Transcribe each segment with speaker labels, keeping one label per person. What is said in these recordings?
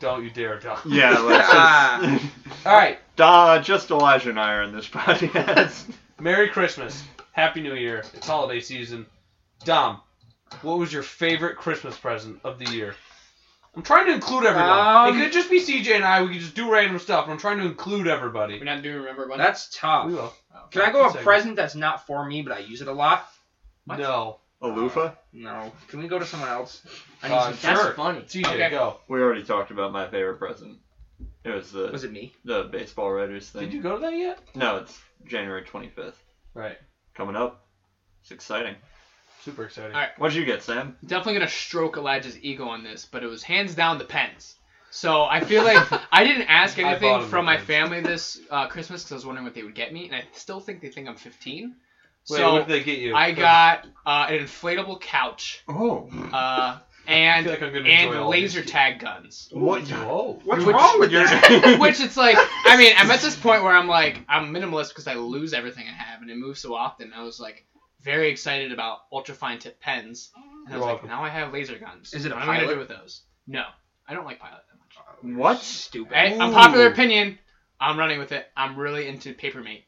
Speaker 1: Don't you dare, Don.
Speaker 2: Yeah, let's just.
Speaker 1: All right.
Speaker 2: Duh, just Elijah and I are in this podcast.
Speaker 1: Merry Christmas. Happy New Year. It's holiday season. Dom, what was your favorite Christmas present of the year? I'm trying to include everyone.
Speaker 3: Um,
Speaker 1: it could just be CJ and I. We could just do random stuff. But I'm trying to include everybody.
Speaker 3: We're not doing remember one.
Speaker 4: That's tough.
Speaker 1: We will.
Speaker 4: Can I go a
Speaker 1: Second.
Speaker 4: present that's not for me, but I use it a lot?
Speaker 3: What?
Speaker 1: No.
Speaker 2: A loofah?
Speaker 4: No. Can we go to someone else? I need
Speaker 1: Uh,
Speaker 4: some
Speaker 3: That's
Speaker 1: sure.
Speaker 3: funny.
Speaker 1: CJ,
Speaker 3: Okay.
Speaker 1: go.
Speaker 2: We already talked about my favorite present. It was the
Speaker 4: Was it me?
Speaker 2: the baseball writers thing.
Speaker 1: Did you go to that yet?
Speaker 2: No, it's January 25th.
Speaker 1: Right.
Speaker 2: Coming up. It's exciting.
Speaker 1: Super excited.
Speaker 3: All right.
Speaker 2: What'd you get, Sam?
Speaker 3: Definitely gonna stroke Elijah's ego on this, but it was hands down the pens. So I feel like I didn't ask
Speaker 1: I bought
Speaker 3: anything
Speaker 1: him
Speaker 3: from
Speaker 1: the
Speaker 3: my
Speaker 1: Pens.
Speaker 3: family this uh, Christmas because I was wondering what they would get me, and I still think they think I'm 15.
Speaker 1: Wait,
Speaker 3: so
Speaker 1: what did they get you?
Speaker 3: I got uh, an inflatable couch
Speaker 2: Oh.
Speaker 3: uh,
Speaker 1: I
Speaker 3: and
Speaker 1: feel like I'm gonna enjoy
Speaker 3: and
Speaker 1: all these.
Speaker 3: laser tag guns.
Speaker 2: What?
Speaker 1: Whoa.
Speaker 4: What's
Speaker 3: Which-
Speaker 4: wrong with
Speaker 2: You're-
Speaker 4: that?
Speaker 3: Which it's like, I mean, I'm at this point where I'm like, I'm minimalist because I lose everything I have, and it moves so often. I was like, very excited about ultrafine tip pens, and I
Speaker 1: You're
Speaker 3: was like,
Speaker 1: welcome.
Speaker 3: now I have laser guns.
Speaker 4: Is it a
Speaker 3: what am I gonna
Speaker 4: pilot?
Speaker 3: do with those? No, I don't like pilot that much.
Speaker 2: What?
Speaker 4: Stupid.
Speaker 3: Hey, unpopular opinion. I'm running with it. I'm really into paper mate.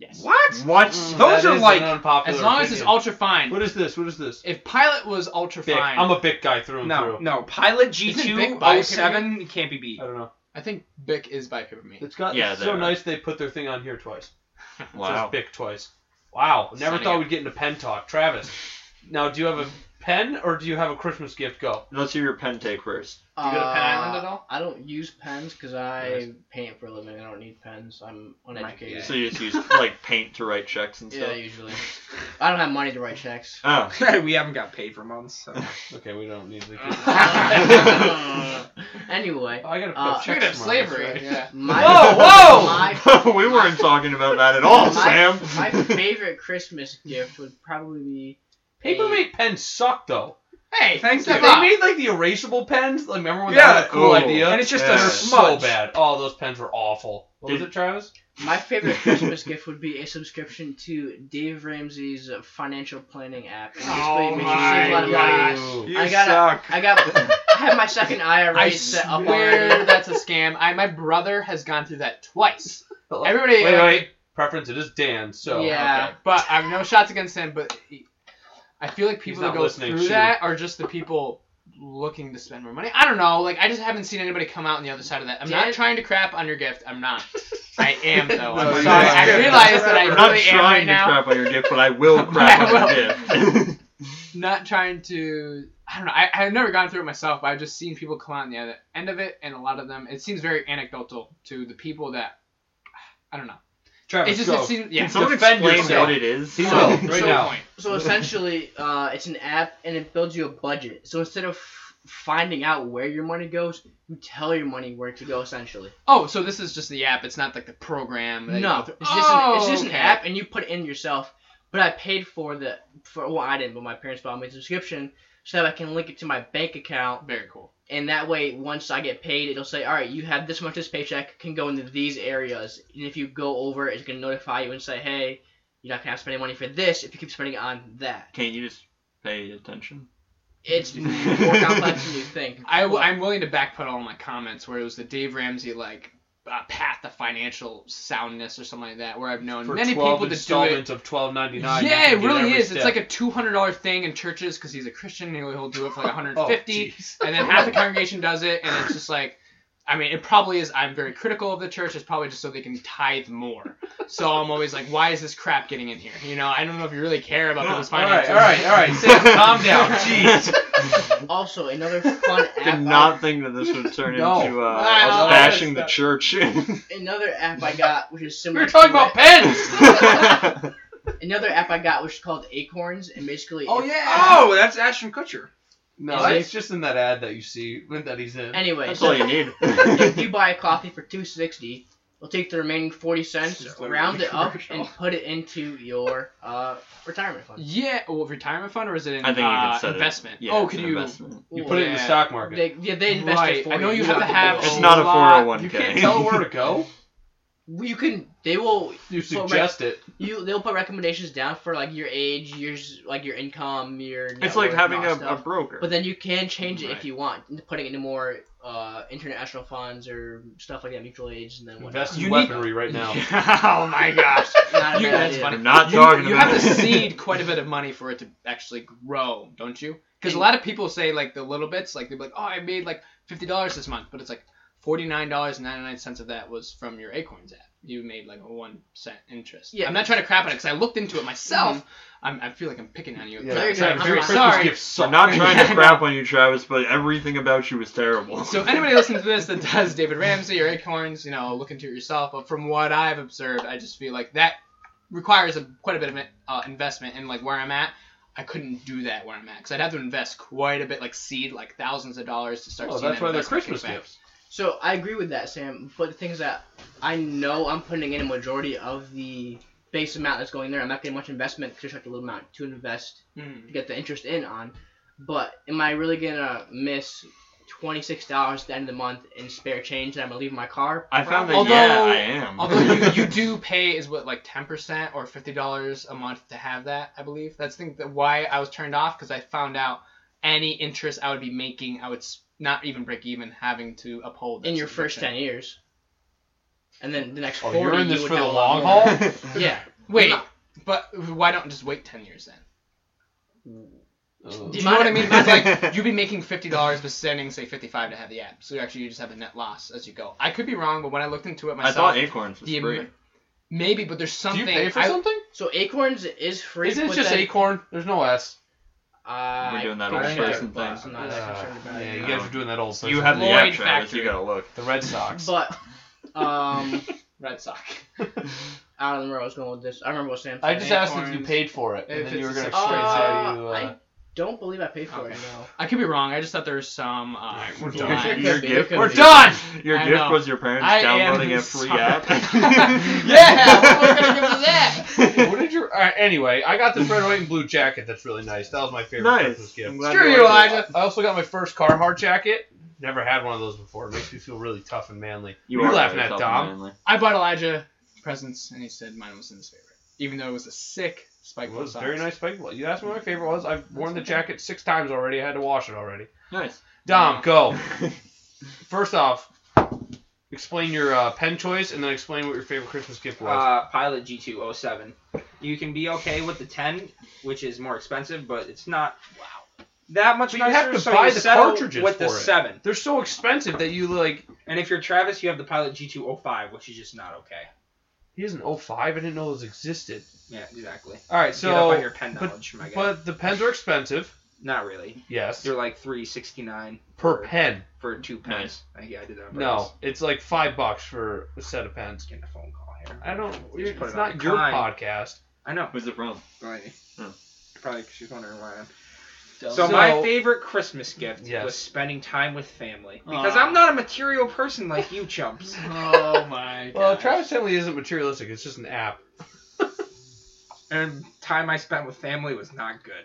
Speaker 3: Yes.
Speaker 4: What?
Speaker 2: What?
Speaker 1: Mm,
Speaker 4: Those
Speaker 1: that
Speaker 4: are
Speaker 1: is
Speaker 4: like-
Speaker 1: an unpopular
Speaker 3: As long as it's
Speaker 1: opinion.
Speaker 3: ultrafine.
Speaker 1: What is this? What is this?
Speaker 3: If pilot was ultrafine,
Speaker 1: Bic. I'm a big guy through and
Speaker 4: No,
Speaker 1: through.
Speaker 4: no. Pilot
Speaker 3: Isn't
Speaker 4: G2
Speaker 3: Big Bi
Speaker 4: 07 can't be beat.
Speaker 1: I don't know.
Speaker 3: I think Bic is by paper mate.
Speaker 1: It's got
Speaker 2: Yeah,
Speaker 1: it's
Speaker 2: they
Speaker 1: so
Speaker 2: are.
Speaker 1: nice they put their thing on here twice. It says
Speaker 2: Wow.
Speaker 1: Bic twice. Wow. Never
Speaker 3: Stunning.
Speaker 1: thought we'd get into pen talk. Travis, now do you have a pen or do you have a Christmas gift? Go.
Speaker 2: Let's hear your pen take first.
Speaker 3: Do you go to Pen Island at all?
Speaker 5: Uh, I don't use pens because
Speaker 1: Nice.
Speaker 5: I paint for a living. I don't need pens. I'm uneducated.
Speaker 2: So you just use like paint to write checks and
Speaker 5: yeah,
Speaker 2: stuff.
Speaker 5: usually. I don't have money to write checks.
Speaker 2: Oh.
Speaker 4: we haven't got paid for months. So.
Speaker 1: Okay, we don't need the
Speaker 3: Uh,
Speaker 5: anyway,
Speaker 1: I gotta put
Speaker 5: Uh,
Speaker 3: Speaking of
Speaker 1: check
Speaker 3: slavery.
Speaker 5: right.
Speaker 3: Yeah.
Speaker 5: my
Speaker 1: Whoa, whoa!
Speaker 5: my
Speaker 2: we weren't talking about that at all,
Speaker 5: my,
Speaker 2: Sam.
Speaker 5: My favorite Christmas gift would probably be
Speaker 1: Paper mate pens suck though.
Speaker 3: Hey,
Speaker 4: Thanks,
Speaker 3: step
Speaker 1: They
Speaker 3: up.
Speaker 1: made like the erasable pens. Like remember when that
Speaker 4: Yeah,
Speaker 1: was a cool
Speaker 2: ooh.
Speaker 1: idea?
Speaker 4: And it's just
Speaker 2: Yeah.
Speaker 4: a
Speaker 1: They're so
Speaker 4: smudge.
Speaker 1: bad. Oh, those pens were awful. What was
Speaker 2: Did-
Speaker 1: it, Travis?
Speaker 5: my favorite Christmas gift would be a subscription to Dave Ramsey's uh, financial planning app. And basically
Speaker 3: Oh
Speaker 5: it makes you save a lot of
Speaker 3: my
Speaker 5: money.
Speaker 3: gosh.
Speaker 1: Ooh.
Speaker 2: you
Speaker 5: I gotta-
Speaker 2: suck.
Speaker 5: I got I have my second IRA
Speaker 3: I
Speaker 5: set up
Speaker 3: swear
Speaker 5: already.
Speaker 3: Oh, that's a scam. I my brother has gone through that twice.
Speaker 1: Hello?
Speaker 3: Everybody,
Speaker 1: Wait, wait. Preference. It is Dan. So
Speaker 5: Yeah.
Speaker 3: okay. but I have no shots against him. But he- I feel like
Speaker 1: He's
Speaker 3: people that
Speaker 1: not
Speaker 3: go
Speaker 1: listening,
Speaker 3: through
Speaker 1: shoot.
Speaker 3: that are just the people looking to spend more money. I don't know. Like I just haven't seen anybody come out on the other side of that. I'm not
Speaker 5: Dan-
Speaker 3: trying to crap on your gift. I'm not. I am though.
Speaker 2: No,
Speaker 3: I'm
Speaker 2: you
Speaker 3: sorry.
Speaker 2: are.
Speaker 3: I realize that I
Speaker 2: I'm
Speaker 3: really
Speaker 2: not
Speaker 3: am
Speaker 2: trying
Speaker 3: right
Speaker 2: to
Speaker 3: now.
Speaker 2: crap on your gift, but I will crap
Speaker 3: I
Speaker 2: on your gift.
Speaker 3: Not trying to. I don't know. I, I've never gone through it myself, but I've just seen people come out on the other end of it, and a lot of them. It seems very anecdotal to the people that. I don't know.
Speaker 1: Travis,
Speaker 3: It just
Speaker 1: go.
Speaker 3: it seems yeah.
Speaker 2: Can someone
Speaker 1: defend
Speaker 2: explain
Speaker 1: yourself.
Speaker 2: what it is?
Speaker 1: He's
Speaker 5: So-
Speaker 1: right now.
Speaker 3: point.
Speaker 5: So essentially, uh, it's an app and it builds you a budget. So instead of f- finding out where your money goes, you tell your money where to go. Essentially,
Speaker 3: Oh, so this is just the app. It's not like the program. that you
Speaker 5: no,
Speaker 3: go through.
Speaker 5: it's just an, it's
Speaker 3: Oh,
Speaker 5: just an
Speaker 3: okay.
Speaker 5: app and you put it in yourself. But I paid for the for well, I didn't, but my parents bought me a subscription so that I can link it to my bank account,
Speaker 3: Very cool.
Speaker 5: and that way once I get paid, it'll say, all right, you have this much. This paycheck can go into these areas, and if you go over, it's gonna notify you and say, hey, you're not gonna have to spend any money for this if you keep spending it on that.
Speaker 2: Can't you just pay attention?
Speaker 5: It's more complex than you think.
Speaker 3: I, am willing to backput all my comments where it was the Dave Ramsey like uh, path to financial soundness or something like that, where I've known
Speaker 1: For
Speaker 3: many
Speaker 1: 12
Speaker 3: people that do it.
Speaker 1: installments of twelve ninety nine.
Speaker 3: Yeah, it really is. It's like a two hundred dollar thing in churches because he's a Christian. He'll, he'll do it for like one hundred
Speaker 1: oh,
Speaker 3: fifty,
Speaker 1: jeez.
Speaker 3: and then half the congregation does it, and it's just like. I mean, it probably is. I'm very critical of the church. It's probably just so they can tithe more. So I'm always like, why is this crap getting in here? You know, I don't know if you really care about people's
Speaker 1: All right,
Speaker 3: finances.
Speaker 1: all right, all right. Sam, calm down. Jeez.
Speaker 5: Also, another fun
Speaker 2: Did
Speaker 5: app.
Speaker 2: not think that this would turn
Speaker 1: No.
Speaker 2: into uh,
Speaker 3: I
Speaker 2: us
Speaker 3: know.
Speaker 2: bashing the church.
Speaker 5: I, another app I got, which is
Speaker 1: We
Speaker 5: similar.
Speaker 1: were talking
Speaker 5: to
Speaker 1: about pens.
Speaker 5: it. another app I got, which is called Acorns, and basically.
Speaker 3: Oh,
Speaker 5: it-
Speaker 3: yeah.
Speaker 4: Oh, that's Ashton Kutcher.
Speaker 1: No,
Speaker 5: Is it-
Speaker 1: it's just in that ad that you see that he's in.
Speaker 5: Anyway,
Speaker 2: That's all
Speaker 5: so
Speaker 2: you need.
Speaker 5: if you buy a coffee for two sixty, we'll take the remaining forty
Speaker 4: This
Speaker 5: cents,
Speaker 4: is literally
Speaker 5: round it up,
Speaker 4: commercial.
Speaker 5: and put it into your uh, retirement fund.
Speaker 3: Yeah, well, retirement fund or is it an
Speaker 2: I think you can
Speaker 3: uh,
Speaker 2: set it.
Speaker 3: investment?
Speaker 2: Yeah,
Speaker 3: oh,
Speaker 2: it's
Speaker 3: could
Speaker 2: an
Speaker 3: you?
Speaker 2: investment.
Speaker 1: you put it in the
Speaker 3: Yeah.
Speaker 1: stock market.
Speaker 5: They, yeah, they invested
Speaker 3: right.
Speaker 5: for
Speaker 3: I know you
Speaker 5: you
Speaker 3: have to
Speaker 5: don't
Speaker 3: have.
Speaker 5: put it
Speaker 2: It's
Speaker 3: a
Speaker 5: in.
Speaker 2: not a
Speaker 3: lot-
Speaker 2: 401k.
Speaker 1: You can't tell where to go.
Speaker 5: you can they will
Speaker 1: You
Speaker 5: So, right-
Speaker 1: suggest it.
Speaker 5: you they'll put recommendations down for like your age, years like your income, your
Speaker 2: It's
Speaker 5: net
Speaker 2: like
Speaker 5: worth, and
Speaker 2: having
Speaker 5: all
Speaker 2: a,
Speaker 5: that
Speaker 2: a
Speaker 5: stuff.
Speaker 2: broker.
Speaker 5: But then you can change it if
Speaker 2: Right.
Speaker 5: you want, putting it into more uh, international funds or stuff like that, mutual aids, and then whatnot.
Speaker 1: Invest in
Speaker 3: You need-
Speaker 1: weaponry right now.
Speaker 3: oh my gosh.
Speaker 5: Not a
Speaker 3: You-
Speaker 5: bad
Speaker 3: that's
Speaker 5: idea.
Speaker 3: funny.
Speaker 2: I'm not
Speaker 3: you,
Speaker 2: talking
Speaker 3: you
Speaker 2: about
Speaker 3: have to
Speaker 2: it.
Speaker 3: seed quite a bit of money for it to actually grow, don't you? Because a lot of people say like the little bits, like they're like, oh, I made like fifty dollars this month, but it's like forty nine dollars and ninety nine cents of that was from your Acorns app. You made like a one cent interest.
Speaker 5: Yeah.
Speaker 3: I'm not trying to crap on it because I looked into it myself.
Speaker 2: Mm-hmm.
Speaker 3: I'm, I feel like I'm picking on you.
Speaker 1: Yeah,
Speaker 5: There you go.
Speaker 1: Travis,
Speaker 5: I'm
Speaker 1: your
Speaker 5: not-
Speaker 1: Christmas
Speaker 3: sorry.
Speaker 1: gifts
Speaker 2: I'm
Speaker 1: suck.
Speaker 2: not trying
Speaker 3: Yeah, I
Speaker 2: to crap on you, Travis, but everything about you was terrible.
Speaker 3: So anybody listening to this that does David Ramsey or Acorns, you know, look into it yourself. But from what I've observed, I just feel like that requires a, quite a bit of uh, investment. And like where I'm at, I couldn't do that where I'm at because I'd have to invest quite a bit, like seed, like thousands of dollars to start.
Speaker 1: Oh,
Speaker 3: seeing
Speaker 1: that's
Speaker 3: that
Speaker 1: why they're
Speaker 3: investment
Speaker 1: Christmas
Speaker 3: kick back.
Speaker 1: gifts.
Speaker 5: So I agree with that, Sam. But the thing is that I know I'm putting in a majority of the base amount that's going there. I'm not getting much investment, just like a little amount to invest
Speaker 3: Mhm.
Speaker 5: to get the interest in on. But am I really gonna miss twenty six dollars at the end of the month in spare change that I'm gonna leave in my car?
Speaker 2: I found that,
Speaker 3: Although-
Speaker 2: yeah, I am.
Speaker 3: Although you, you do pay is what like ten percent or fifty dollars a month to have that. I believe that's the thing that why I was turned off because I found out any interest I would be making, I would s- not even break even having to uphold. that
Speaker 5: in your first
Speaker 3: subscription.
Speaker 5: ten years, and then the next
Speaker 1: Oh,
Speaker 5: forty.
Speaker 1: you're in
Speaker 5: you
Speaker 1: this
Speaker 5: would
Speaker 1: for the
Speaker 5: have a lot
Speaker 1: long
Speaker 5: more.
Speaker 1: haul?
Speaker 5: Yeah.
Speaker 3: Wait,
Speaker 5: No.
Speaker 3: but why don't just wait ten years then?
Speaker 1: Oh.
Speaker 3: Do you know what I mean? Because like
Speaker 2: Minor-
Speaker 3: you'd be making fifty dollars, but sending say fifty-five to have the app. So actually, you just have a net loss as you go. I could be wrong, but when I looked into it
Speaker 2: I
Speaker 3: myself,
Speaker 2: thought Acorns was
Speaker 3: the am-
Speaker 2: free.
Speaker 3: maybe, but there's
Speaker 1: Do
Speaker 3: something.
Speaker 1: you pay for
Speaker 3: I-
Speaker 1: something?
Speaker 5: So Acorns is free.
Speaker 1: Isn't it
Speaker 5: but
Speaker 1: just
Speaker 5: then-
Speaker 1: Acorn? There's no S.
Speaker 5: I
Speaker 2: We're doing that
Speaker 5: don't
Speaker 1: old
Speaker 5: know,
Speaker 1: person
Speaker 5: but
Speaker 2: thing.
Speaker 5: I'm not as
Speaker 1: Uh,
Speaker 5: concerned about
Speaker 1: yeah,
Speaker 5: it.
Speaker 1: you guys are doing that old
Speaker 2: You
Speaker 1: Simpsons
Speaker 2: have the
Speaker 1: thing.
Speaker 2: app,
Speaker 3: Lloyd
Speaker 2: Travis. You
Speaker 3: Factory.
Speaker 2: gotta look.
Speaker 1: the Red Sox.
Speaker 5: But um,
Speaker 3: Red Sox.
Speaker 5: I don't remember where I was going with this. I remember what Sam said.
Speaker 1: I just asked if you
Speaker 3: Acorns.
Speaker 1: paid for it, and
Speaker 3: If
Speaker 1: then you were
Speaker 3: it's
Speaker 1: going to
Speaker 3: a
Speaker 1: explain how you.
Speaker 5: Uh, I
Speaker 1: Uh,
Speaker 5: don't believe I paid for it.
Speaker 3: Okay.
Speaker 5: No.
Speaker 3: I could be wrong. I just thought there was some. Uh,
Speaker 2: Alright, we're
Speaker 5: done.
Speaker 2: Your
Speaker 5: Could be,
Speaker 2: gift,
Speaker 5: could
Speaker 2: we're
Speaker 5: be.
Speaker 2: done. Your
Speaker 3: I
Speaker 2: gift
Speaker 3: know.
Speaker 2: was your parents
Speaker 3: I am
Speaker 2: downloading a free
Speaker 3: sorry.
Speaker 2: app.
Speaker 3: Yeah, what were we gonna give to
Speaker 1: what did your? all right, anyway, I got this red, white, and blue jacket. That's really nice. That was my favorite
Speaker 2: Nice.
Speaker 1: Christmas gift.
Speaker 2: I'm glad
Speaker 3: Screw
Speaker 2: you
Speaker 3: you,
Speaker 2: liked it.
Speaker 3: Elijah.
Speaker 1: I also got my first Carhartt jacket. Never had one of those before. It makes me feel really tough and manly. You
Speaker 2: are
Speaker 1: laughing
Speaker 2: very
Speaker 1: at Dom.
Speaker 2: self-manly.
Speaker 3: I bought Elijah presents, and he said mine was in his favorite, even though it was a sick spike.
Speaker 1: It was
Speaker 3: Sox.
Speaker 1: very nice spike blood. You asked me what my favorite was. I've worn the jacket six times already. I had to wash it already.
Speaker 2: Nice.
Speaker 1: Dom, go. First off, explain your uh, pen choice, and then explain what your favorite Christmas gift was.
Speaker 4: Uh, Pilot G207. You can be okay with the 10, which is more expensive, but it's not wow that much
Speaker 1: But you
Speaker 4: nicer.
Speaker 1: have to
Speaker 4: so
Speaker 1: buy
Speaker 4: you
Speaker 1: the
Speaker 4: settle
Speaker 1: cartridges
Speaker 4: with the
Speaker 1: for it.
Speaker 4: 7.
Speaker 1: They're so expensive that you like.
Speaker 4: And if you're Travis, you have the Pilot G205, which is just not okay.
Speaker 1: He is an 05. I didn't know those existed.
Speaker 4: Yeah, exactly.
Speaker 1: All right,
Speaker 4: Get up on
Speaker 1: so
Speaker 4: your pen
Speaker 1: but-
Speaker 4: knowledge, my guy.
Speaker 1: but the pens are expensive.
Speaker 4: not really.
Speaker 1: Yes,
Speaker 4: They're like 369
Speaker 1: per pen.
Speaker 4: for two pens. I, yeah, I did that. on
Speaker 1: No,
Speaker 4: purpose.
Speaker 1: it's like five bucks for a set of pens.
Speaker 4: Getting a phone call here.
Speaker 1: I don't.
Speaker 4: Just put
Speaker 1: It's
Speaker 4: it on
Speaker 1: not
Speaker 4: the
Speaker 1: your
Speaker 4: time.
Speaker 1: podcast.
Speaker 4: I know.
Speaker 2: Who's it from?
Speaker 4: Probably,
Speaker 2: Hmm.
Speaker 4: probably she's wondering why I'm. So,
Speaker 3: Dumb.
Speaker 1: So-
Speaker 4: my favorite Christmas gift
Speaker 1: Yes.
Speaker 4: was spending time with family because
Speaker 3: Aw.
Speaker 4: I'm not a material person like you chumps.
Speaker 3: Oh my.
Speaker 1: Well,
Speaker 3: gosh.
Speaker 1: Travis Henley isn't materialistic. It's just an app.
Speaker 4: and time I spent with family was not good.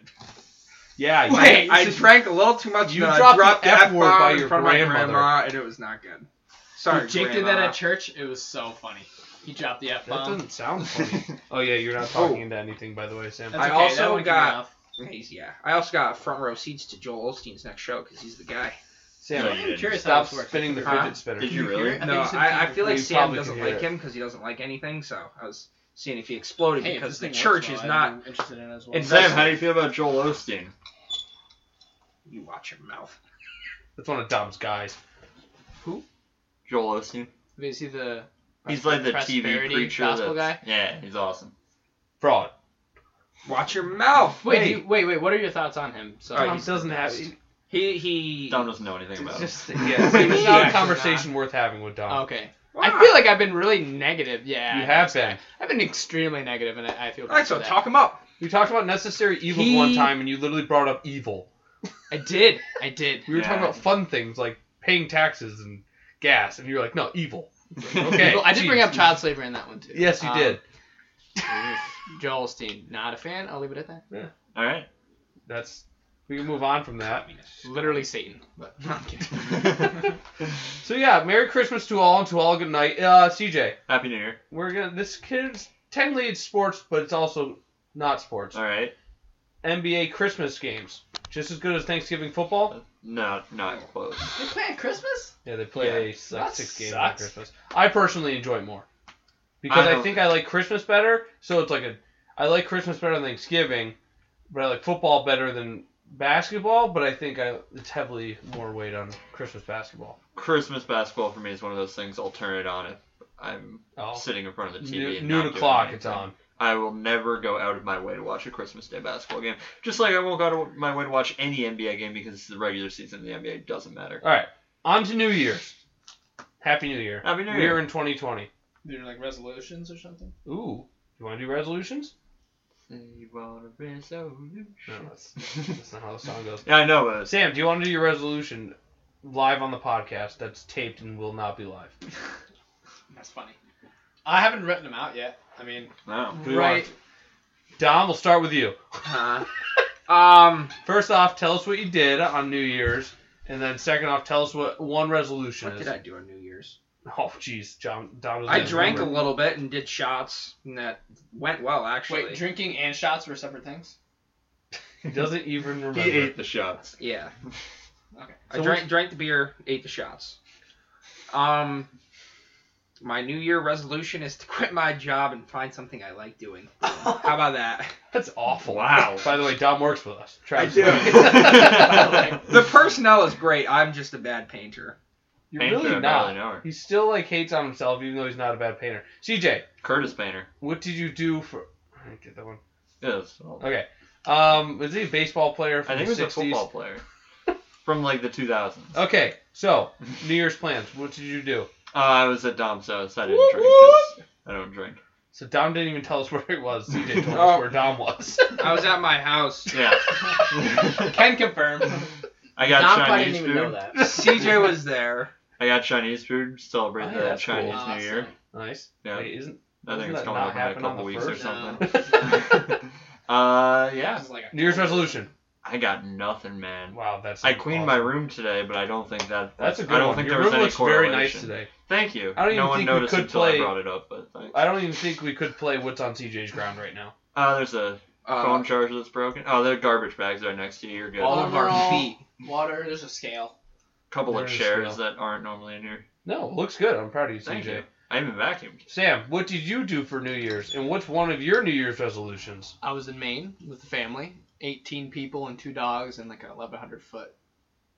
Speaker 1: Yeah. you-
Speaker 3: Wait,
Speaker 4: I
Speaker 1: this is-
Speaker 4: drank a little too much.
Speaker 1: You
Speaker 4: and I
Speaker 1: dropped the
Speaker 4: dropped
Speaker 1: F word
Speaker 4: bomb
Speaker 1: by
Speaker 4: in
Speaker 1: your
Speaker 4: front of my
Speaker 1: grandmother.
Speaker 4: grandma, and it was not good. Sorry,
Speaker 3: Dude, Jake did that
Speaker 4: grandma.
Speaker 3: at church. It was so funny. He dropped the F
Speaker 1: that
Speaker 3: bomb.
Speaker 1: doesn't sound funny. oh yeah, you're not talking into anything, by the way, Sam.
Speaker 4: I
Speaker 3: okay,
Speaker 4: also
Speaker 3: that one can
Speaker 4: got-
Speaker 3: be off.
Speaker 4: He's- yeah. I also got front row seats to Joel Olstein's next show because he's the guy.
Speaker 1: Sam,
Speaker 2: No, you didn't.
Speaker 5: Curious how
Speaker 1: stop
Speaker 5: this works.
Speaker 1: spinning the
Speaker 4: Huh?
Speaker 1: fidget spinner.
Speaker 2: Did you
Speaker 5: Can you
Speaker 2: really?
Speaker 5: hear it? I
Speaker 4: No,
Speaker 5: think you said
Speaker 4: I, I
Speaker 5: you-
Speaker 4: feel like
Speaker 1: you
Speaker 4: Sam
Speaker 1: probably
Speaker 4: doesn't
Speaker 1: can hear
Speaker 4: like
Speaker 1: it.
Speaker 4: him because he doesn't like anything. So I was seeing if he exploded
Speaker 5: Hey, if
Speaker 4: because
Speaker 5: this
Speaker 4: the
Speaker 5: thing works
Speaker 4: church
Speaker 5: well,
Speaker 4: is
Speaker 5: I'm
Speaker 4: not.
Speaker 5: interested in it as well.
Speaker 4: in
Speaker 2: Sam, how do you feel about Joel Osteen?
Speaker 4: You watch your mouth.
Speaker 1: That's one of Dom's guys.
Speaker 2: Joel Osteen.
Speaker 3: Did you see the?
Speaker 2: He's like the TV
Speaker 3: prosperity
Speaker 2: preacher.
Speaker 3: gospel
Speaker 2: that's-
Speaker 3: guy.
Speaker 2: Yeah, he's awesome.
Speaker 1: Fraud.
Speaker 4: Watch your mouth.
Speaker 3: Wait,
Speaker 1: Hey.
Speaker 3: you, wait, wait. What are your thoughts on him? So
Speaker 1: Tom
Speaker 4: Alright,
Speaker 1: doesn't have.
Speaker 4: He he.
Speaker 2: Dom doesn't know anything about
Speaker 1: It's
Speaker 2: him.
Speaker 1: just yeah. Sam, it's
Speaker 4: He
Speaker 1: not a
Speaker 4: actually
Speaker 1: conversation worth having with
Speaker 4: Oh,
Speaker 1: Dom.
Speaker 3: okay.
Speaker 4: Why?
Speaker 3: I feel like I've been really negative. Yeah.
Speaker 1: You have been.
Speaker 3: I've been extremely negative, and I, I feel.
Speaker 4: All right,
Speaker 3: bad for
Speaker 4: so
Speaker 3: that.
Speaker 4: talk him up.
Speaker 1: We talked about necessary evil
Speaker 4: He-
Speaker 1: one time, and you literally brought up evil.
Speaker 3: I did. I did.
Speaker 1: We were
Speaker 2: Yeah.
Speaker 1: talking about fun things like paying taxes and gas, and you were like, "No, evil." okay.
Speaker 3: Well, I did bring
Speaker 1: jeez.
Speaker 3: up child slavery in that one too.
Speaker 1: Yes, you
Speaker 3: Um,
Speaker 1: did.
Speaker 3: Joel Stein, not a fan. I'll leave it at that.
Speaker 2: All right.
Speaker 1: That's We can move on from that.
Speaker 3: Literally Satan. But no, I'm kidding.
Speaker 1: So yeah, Merry Christmas to all and to all good night. Uh, CJ,
Speaker 2: Happy New Year.
Speaker 1: we're gonna this kid's technically it's sports, but it's also not sports.
Speaker 2: All right.
Speaker 1: NBA Christmas games, just as good as Thanksgiving football.
Speaker 2: No, not close.
Speaker 5: They play at Christmas?
Speaker 1: Yeah, they play
Speaker 3: That
Speaker 1: like six games on
Speaker 3: sucks.
Speaker 1: Christmas. I personally enjoy it more because
Speaker 2: I
Speaker 1: I,
Speaker 2: don't-
Speaker 1: think I like Christmas better. So it's like a I like Christmas better than Thanksgiving, but I like football better than basketball. But I think I it's heavily more weight on Christmas basketball.
Speaker 2: Christmas basketball for me is one of those things. I'll turn it on if I'm
Speaker 1: Oh,
Speaker 2: sitting in front of the TV.
Speaker 1: Noo-
Speaker 2: and not
Speaker 1: noon
Speaker 2: doing
Speaker 1: o'clock it's
Speaker 2: anything.
Speaker 1: on.
Speaker 2: I will never go out of my way to watch a Christmas Day basketball game. Just like I won't go out of my way to watch any NBA game because the regular season of the NBA doesn't matter.
Speaker 1: All right, on to New Year's. Happy New Year.
Speaker 2: Happy New
Speaker 1: We're
Speaker 2: Year.
Speaker 1: in 2020.
Speaker 3: They're like resolutions or something.
Speaker 1: Ooh, you want to do resolutions? No,
Speaker 2: Yeah,
Speaker 1: that's, that's not how the song goes.
Speaker 2: I know, but
Speaker 1: Sam, do you want to do your resolution live on the podcast that's taped and will not be live?
Speaker 3: That's funny. I haven't written them out yet. I mean,
Speaker 2: no. Who do you
Speaker 3: right.
Speaker 1: Dom, we'll start with you.
Speaker 4: Uh, um,
Speaker 1: First off, tell us what you did on New Year's, and then second off, tell us what one resolution
Speaker 4: what
Speaker 1: is.
Speaker 4: did I do on New Year's?
Speaker 1: Oh, jeez, John. Dom was
Speaker 4: I
Speaker 1: gonna
Speaker 4: drank a
Speaker 1: remember.
Speaker 4: little bit and did shots, and that went well actually.
Speaker 3: Wait, drinking and shots were separate things.
Speaker 1: He doesn't even
Speaker 2: want? He
Speaker 1: remember.
Speaker 2: ate the shots.
Speaker 4: yeah.
Speaker 3: Okay.
Speaker 1: So
Speaker 4: I drank drank the beer, ate the shots. Um, my New Year resolution is to quit my job and find something I like doing. How about that?
Speaker 1: That's awful.
Speaker 2: Wow.
Speaker 1: By the way, Dom works with us. Travis
Speaker 4: do.
Speaker 1: Like,
Speaker 4: The personnel is great. I'm just a bad painter.
Speaker 1: You're
Speaker 2: Painter, I
Speaker 1: really
Speaker 2: barely
Speaker 1: not.
Speaker 2: know her.
Speaker 1: He still like hates on himself, even though he's not a bad painter. CJ,
Speaker 2: Curtis Painter.
Speaker 1: what did you do for? I didn't get that one.
Speaker 2: Yes. well,
Speaker 1: Okay. Um, was he a baseball player
Speaker 2: I
Speaker 1: from
Speaker 2: think he
Speaker 1: the
Speaker 2: was a
Speaker 1: 60s?
Speaker 2: football player from like the 2000s. Uh,
Speaker 1: Okay, so New Year's plans. What did you do?
Speaker 2: I was at Dom's house. I didn't
Speaker 5: Whoop,
Speaker 2: drink 'cause I don't drink.
Speaker 1: So Dom didn't even tell us where he was. CJ told us
Speaker 4: Oh.
Speaker 1: where Dom was.
Speaker 4: I was at my house.
Speaker 2: Yeah.
Speaker 3: Can confirm.
Speaker 2: I got
Speaker 5: Dom probably
Speaker 2: Chinese
Speaker 5: didn't
Speaker 2: food.
Speaker 5: even know that.
Speaker 4: CJ was there.
Speaker 2: I got Chinese food. Celebrated
Speaker 1: Oh, yeah,
Speaker 2: the
Speaker 1: that's cool.
Speaker 2: Chinese
Speaker 3: Awesome.
Speaker 2: New Year.
Speaker 1: nice.
Speaker 2: Yeah.
Speaker 1: Wait, isn't
Speaker 2: I
Speaker 1: doesn't
Speaker 2: think
Speaker 1: that
Speaker 2: it's coming
Speaker 1: not
Speaker 2: up in like
Speaker 1: happen
Speaker 2: a
Speaker 1: on
Speaker 2: couple
Speaker 1: the
Speaker 2: weeks or
Speaker 1: first?
Speaker 2: something.
Speaker 1: No.
Speaker 2: uh,
Speaker 3: This
Speaker 2: yeah.
Speaker 3: is like a-
Speaker 1: New Year's resolution?
Speaker 2: I got nothing, man.
Speaker 1: Wow, that's.
Speaker 2: I cleaned my
Speaker 1: awesome.
Speaker 2: room today, but I don't think that.
Speaker 1: That's a good
Speaker 2: I don't
Speaker 1: one.
Speaker 2: think
Speaker 1: Your
Speaker 2: there was
Speaker 1: room
Speaker 2: any
Speaker 1: looks very nice
Speaker 2: correlation.
Speaker 1: today.
Speaker 2: Thank you.
Speaker 1: I don't even
Speaker 2: no one
Speaker 1: think we
Speaker 2: noticed
Speaker 1: could
Speaker 2: until
Speaker 1: play-
Speaker 2: I brought it up, but thanks.
Speaker 1: I don't even think we could play what's on CJ's ground right now.
Speaker 2: Uh, there's a phone
Speaker 4: Uh,
Speaker 2: charger that's broken. Oh, there are garbage bags right next to you. You're good.
Speaker 3: All
Speaker 2: A
Speaker 4: all of our
Speaker 3: Overall-
Speaker 4: feet.
Speaker 3: Water. There's a scale.
Speaker 2: couple of
Speaker 1: There's
Speaker 2: chairs
Speaker 1: no-
Speaker 2: that aren't normally in here.
Speaker 1: No, it looks good. I'm proud of you,
Speaker 2: Thank
Speaker 1: CJ.
Speaker 2: you. I even vacuumed.
Speaker 1: Sam, what did you do for New Year's, and what's one of your New Year's resolutions?
Speaker 3: I was in Maine with the family, 18 people and two dogs and like a 1100 foot